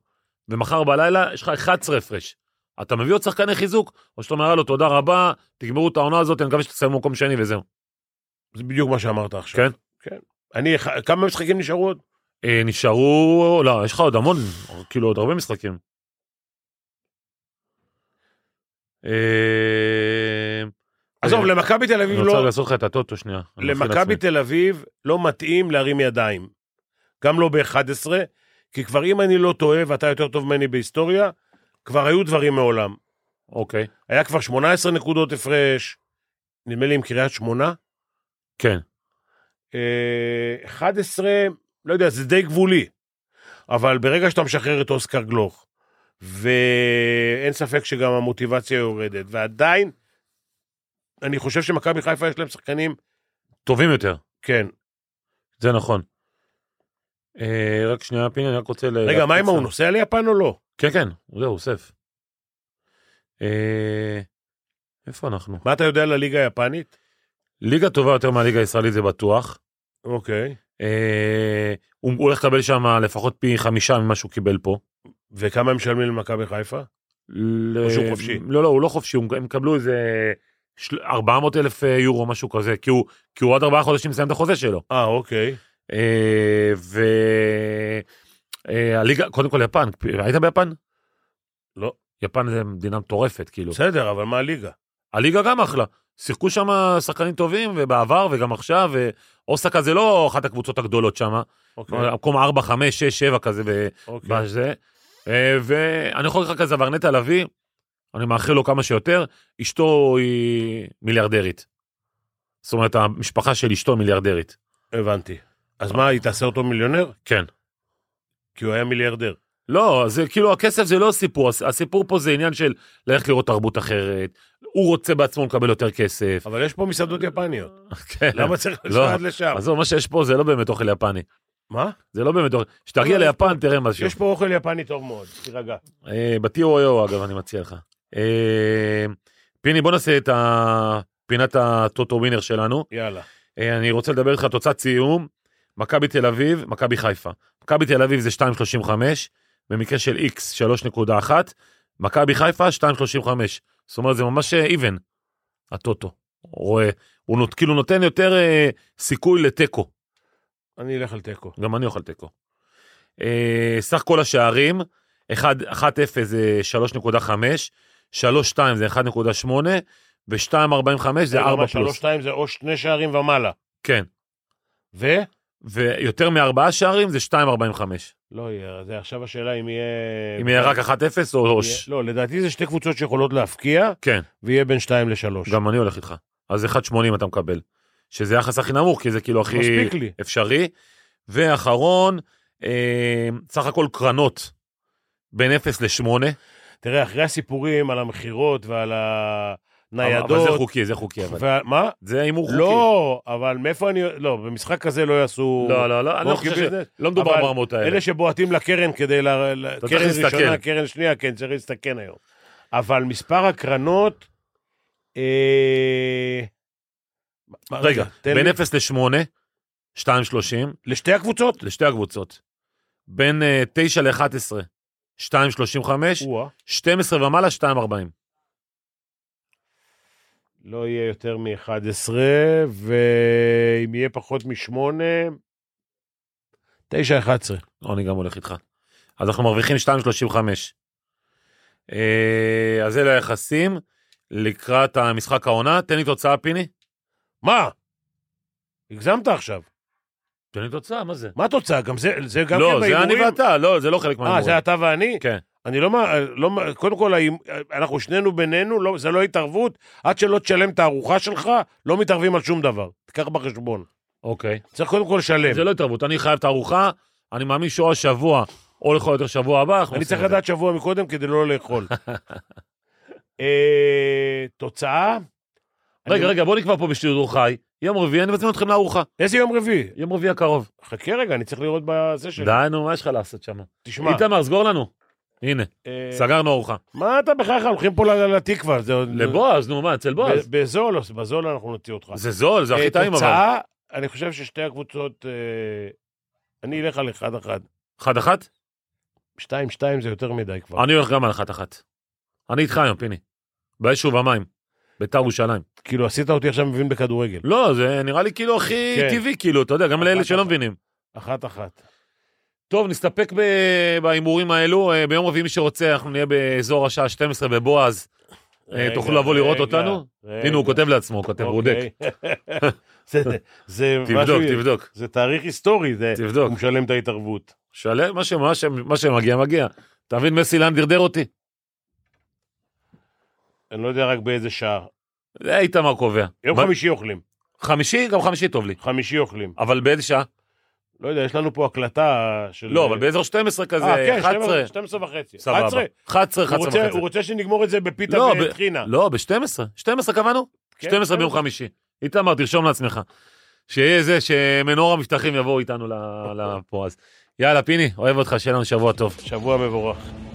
S4: ומחר בלילה יש לך 11 הפרש, אתה מביא עוד שחקני חיזוק, או שאתה אומר לו תודה רבה, תגמרו את העונה הזאת, אני מקווה שתסיימו מקום שני וזהו.
S5: זה בדיוק מה שאמרת עכשיו.
S4: כן?
S5: כן. אני, כמה משחקים נשארו עוד?
S4: אה, נשארו, לא, יש לך עוד המון, כאילו עוד הרבה משחקים. אה,
S5: עזוב,
S4: אני
S5: למכבי תל אביב
S4: רוצה רגע
S5: לא,
S4: לעשות לך את הטוטו שנייה. אני מכין
S5: למכבי
S4: לעצמי.
S5: תל אביב לא מתאים להרים ידיים. גם לא ב-11, כי כבר אם אני לא טועה ואתה יותר טוב ממני בהיסטוריה, כבר היו דברים מעולם.
S4: אוקיי.
S5: היה כבר 18 נקודות הפרש, נדמה לי עם קריית שמונה.
S4: כן.
S5: אה, 11, לא יודע, זה די גבולי. אבל ברגע שאתה משחרר את אוסקר גלוך, ואין ספק שגם המוטיבציה יורדת, ועדיין, אני חושב שמכבי חיפה יש להם שחקנים,
S4: טובים יותר,
S5: כן.
S4: זה נכון. אה, רק שנייה, פיני, אני רק רוצה... ל-
S5: רגע, מה עם
S4: להקפיץ
S5: ההוא,
S4: לה-
S5: נוסע ליפן או לא?
S4: כן, כן, זהו, הוא אוסף. אה, איפה אנחנו?
S5: מה אתה יודע על הליגה היפנית?
S4: ליגה טובה יותר מהליגה הישראלית זה בטוח.
S5: אוקיי.
S4: אה, הוא הוא הולך לקבל שם לפחות פי חמישה ממה שהוא קיבל פה.
S5: וכמה הם משלמים למכבי חיפה?
S4: ל...
S5: או שהוא חופשי?
S4: לא, לא, הוא לא חופשי, הוא- הם יקבלו איזה של- 400 אלף אה, יורו, משהו כזה, כי הוא, כי הוא עד ארבעה חודשים מסיים את החוזה שלו.
S5: אה, אוקיי.
S4: אה, ו... אה, הליגה, קודם כל יפן, היית ביפן?
S5: לא.
S4: יפן זה מדינה מטורפת, כאילו.
S5: בסדר, אבל מה הליגה?
S4: הליגה גם אחלה. שיחקו שם שחקנים טובים, ובעבר וגם עכשיו, ואוסקה זה לא אחת הקבוצות הגדולות שם,
S5: אוקיי.
S4: מקום 4, 5, 6, 7 כזה, ו...
S5: אוקיי.
S4: בזה. אה, ואני יכול לקרוא כזה אברנטה לביא, אני מאחל לו כמה שיותר, אשתו היא מיליארדרית. זאת אומרת, המשפחה של אשתו מיליארדרית.
S5: הבנתי. אז מה, היא תעשה אותו מיליונר?
S4: כן.
S5: כי הוא היה מיליארדר.
S4: לא, זה כאילו, הכסף זה לא הסיפור, הס- הסיפור פה זה עניין של ללכת לראות תרבות אחרת, הוא רוצה בעצמו לקבל יותר כסף.
S5: אבל יש פה מסעדות יפניות.
S4: כן.
S5: אוקיי. למה צריך
S4: לא.
S5: לנסוע עד לשם?
S4: עזוב, מה שיש פה זה לא באמת אוכל יפני.
S5: מה?
S4: זה לא באמת אוכל. כשתגיע
S5: לא, יש
S4: ליפן תראה משהו.
S5: יש פה אוכל יפני טוב מאוד, תירגע.
S4: אה, ב-TOIO אגב, אני מציע לך. אה, פיני, בוא נעשה את ה- פינת הטוטו ווינר שלנו.
S5: יאללה.
S4: אה, אני רוצה לדבר איתך על תוצאת סיום, מכבי תל אביב, מכבי חיפה. מכבי תל אביב זה 2.35, במקרה של X 3.1, מכבי חיפה 2.35. זאת אומרת זה ממש איבן, הטוטו. רואה, הוא נות, כאילו נותן יותר אה, סיכוי לתיקו,
S5: אני אלך על תיקו.
S4: גם אני אוכל תיקו. אה, סך כל השערים, 1-0 זה 3.5, 3-2 זה 1.8, ו-2.45 זה
S5: רגע, מה,
S4: 4 פלוס.
S5: 3-2 זה או שני שערים ומעלה.
S4: כן.
S5: ו?
S4: ויותר מארבעה שערים זה 2.45.
S5: לא יהיה, זה עכשיו השאלה אם יהיה...
S4: אם יהיה רק 1-0 או
S5: כן, יהיה-
S4: ראש.
S5: לא, לדעתי זה שתי קבוצות שיכולות להפקיע,
S4: כן,
S5: ויהיה בין 2 ל-3.
S4: גם אני הולך איתך. אז 1.80 אתה מקבל. שזה היחס הכי נמוך, כי זה כאילו הכי
S5: מספיק לי.
S4: אפשרי. ואחרון, אה, סך הכל קרנות בין 0 ל-8.
S5: תראה, אחרי הסיפורים על המכירות ועל
S4: אבל זה
S5: הניידות...
S4: חוקי, זה חוקי. אבל.
S5: ועל- מה?
S4: זה הימור חוקי.
S5: לא, אבל מאיפה אני... לא, במשחק כזה לא יעשו...
S4: לא, לא, לא, אני לא
S5: חוקי
S4: חושב ש...
S5: ביזנס.
S4: לא מדובר
S5: אבל
S4: ברמות האלה.
S5: אלה שבועטים לקרן כדי ל... ל-
S4: אתה
S5: קרן
S4: צריך
S5: ראשונה,
S4: להסתכל.
S5: קרן שנייה, כן, צריך להסתכן היום. אבל מספר הקרנות... אה, מה-
S4: רגע,
S5: אוקיי, תן
S4: בין
S5: לי-
S4: 0 ל-8, 2.30,
S5: לשתי הקבוצות?
S4: לשתי הקבוצות. בין אה, 9 ל-11, 2.35,
S5: או-אה,
S4: 12 ומעלה, 2.40.
S5: לא יהיה יותר מ-11, ואם יהיה פחות מ-8... 9-11.
S4: לא, אני גם הולך איתך. אז אנחנו מרוויחים 2.35. אה, אז אלה היחסים לקראת המשחק העונה. תן לי תוצאה, פיני.
S5: מה? הגזמת עכשיו.
S4: תן לי תוצאה, מה זה?
S5: מה התוצאה? גם זה, זה גם
S4: לא,
S5: כן
S4: זה
S5: בהימורים?
S4: אני ואתה, לא, זה לא חלק
S5: אה,
S4: מההימורים.
S5: זה אתה ואני?
S4: כן.
S5: אני לא, מה- לא, מה- קודם כל, האם- אנחנו שנינו בינינו, לא, זה לא התערבות, עד שלא תשלם את הארוחה שלך, לא מתערבים על שום דבר. תיקח בחשבון.
S4: אוקיי.
S5: צריך קודם כל לשלם.
S4: זה לא התערבות, אני חייב את הארוחה, אני מאמין שאו השבוע, או לכל יותר שבוע הבא, אנחנו
S5: אני
S4: עושים
S5: צריך
S4: את זה.
S5: לדעת שבוע מקודם כדי לא לאכול. אה, תוצאה?
S4: רגע,
S5: אני- לא-
S4: רגע, בוא נקבע פה בשידור חי, יום רביעי, אני מזמין אתכם לארוחה,
S5: איזה יום רביעי?
S4: יום רביעי הקרוב.
S5: חכה רגע, אני צריך לראות בזה שלי.
S4: די, נו, מה יש לך לעשות שם?
S5: תשמע,
S4: איתמר, סגור לנו. הנה,
S5: אה,
S4: סגרנו ארוחה.
S5: מה אתה בחייך? הולכים פה ל- לתקווה. זה עוד-
S4: לבועז, נו, מה, אצל בועז.
S5: לא. ב- בזול, בזול אנחנו נוציא אותך.
S4: זה זול, זה הכי טעים, אבל.
S5: אה, תוצאה, אני חושב ששתי הקבוצות, אה, אני אלך על אחד-אחד.
S4: אחת-אחת?
S5: שתיים-שתיים זה יותר מדי כבר.
S4: אני הולך גם על אחת-אחת. אני איתך היום, פיני. באש ובמים. ביתר ירושלים.
S5: כאילו, עשית אותי עכשיו מבין בכדורגל.
S4: לא, זה נראה לי כאילו הכי
S5: כן.
S4: טבעי, כאילו, אתה יודע, גם לאלה שלא
S5: אחת-אחת.
S4: מבינים.
S5: אחת-אחת.
S4: טוב, נסתפק ב- בהימורים האלו. אה, ביום רביעי, מי שרוצה, אנחנו נהיה באזור השעה 12 בבועז. אה,
S5: רגע,
S4: תוכלו לבוא לראות
S5: רגע,
S4: אותנו?
S5: רגע.
S4: הנה, הוא כותב לעצמו, הוא כותב, הוא בודק.
S5: אוקיי. זה- זה
S4: תבדוק,
S5: משהו-
S4: תבדוק,
S5: זה תאריך היסטורי, זה...
S4: תבדוק.
S5: הוא משלם את ההתערבות.
S4: שלם, מה ש- מה ש- מה שמגיע, מגיע. אתה מבין, מסי לאן דרדר אותי?
S5: אני לא יודע רק באיזה שעה.
S4: זה איתמר קובע.
S5: יום
S4: מה-
S5: חמישי אוכלים.
S4: חמישי? גם חמישי טוב לי.
S5: חמישי אוכלים.
S4: אבל באיזה שעה?
S5: לא יודע, יש לנו פה הקלטה של...
S4: לא, אבל באזור 12 כזה,
S5: אה, כן,
S4: 11.
S5: 12 וחצי.
S4: סבבה.
S5: 11?
S4: 11,
S5: הוא
S4: 11
S5: רוצה-
S4: וחצי.
S5: הוא רוצה שנגמור את זה בפיתה
S4: לא, ב-
S5: וטחינה.
S4: לא, ב-12. 12 קבענו?
S5: כן,
S4: 12 ביום
S5: 12.
S4: חמישי. איתמר, תרשום לעצמך. שיהיה זה שמנור המבטחים יבואו איתנו ל- לפה אז. יאללה, פיני, אוהב אותך, שיהיה לנו שבוע טוב.
S5: שבוע מבורך.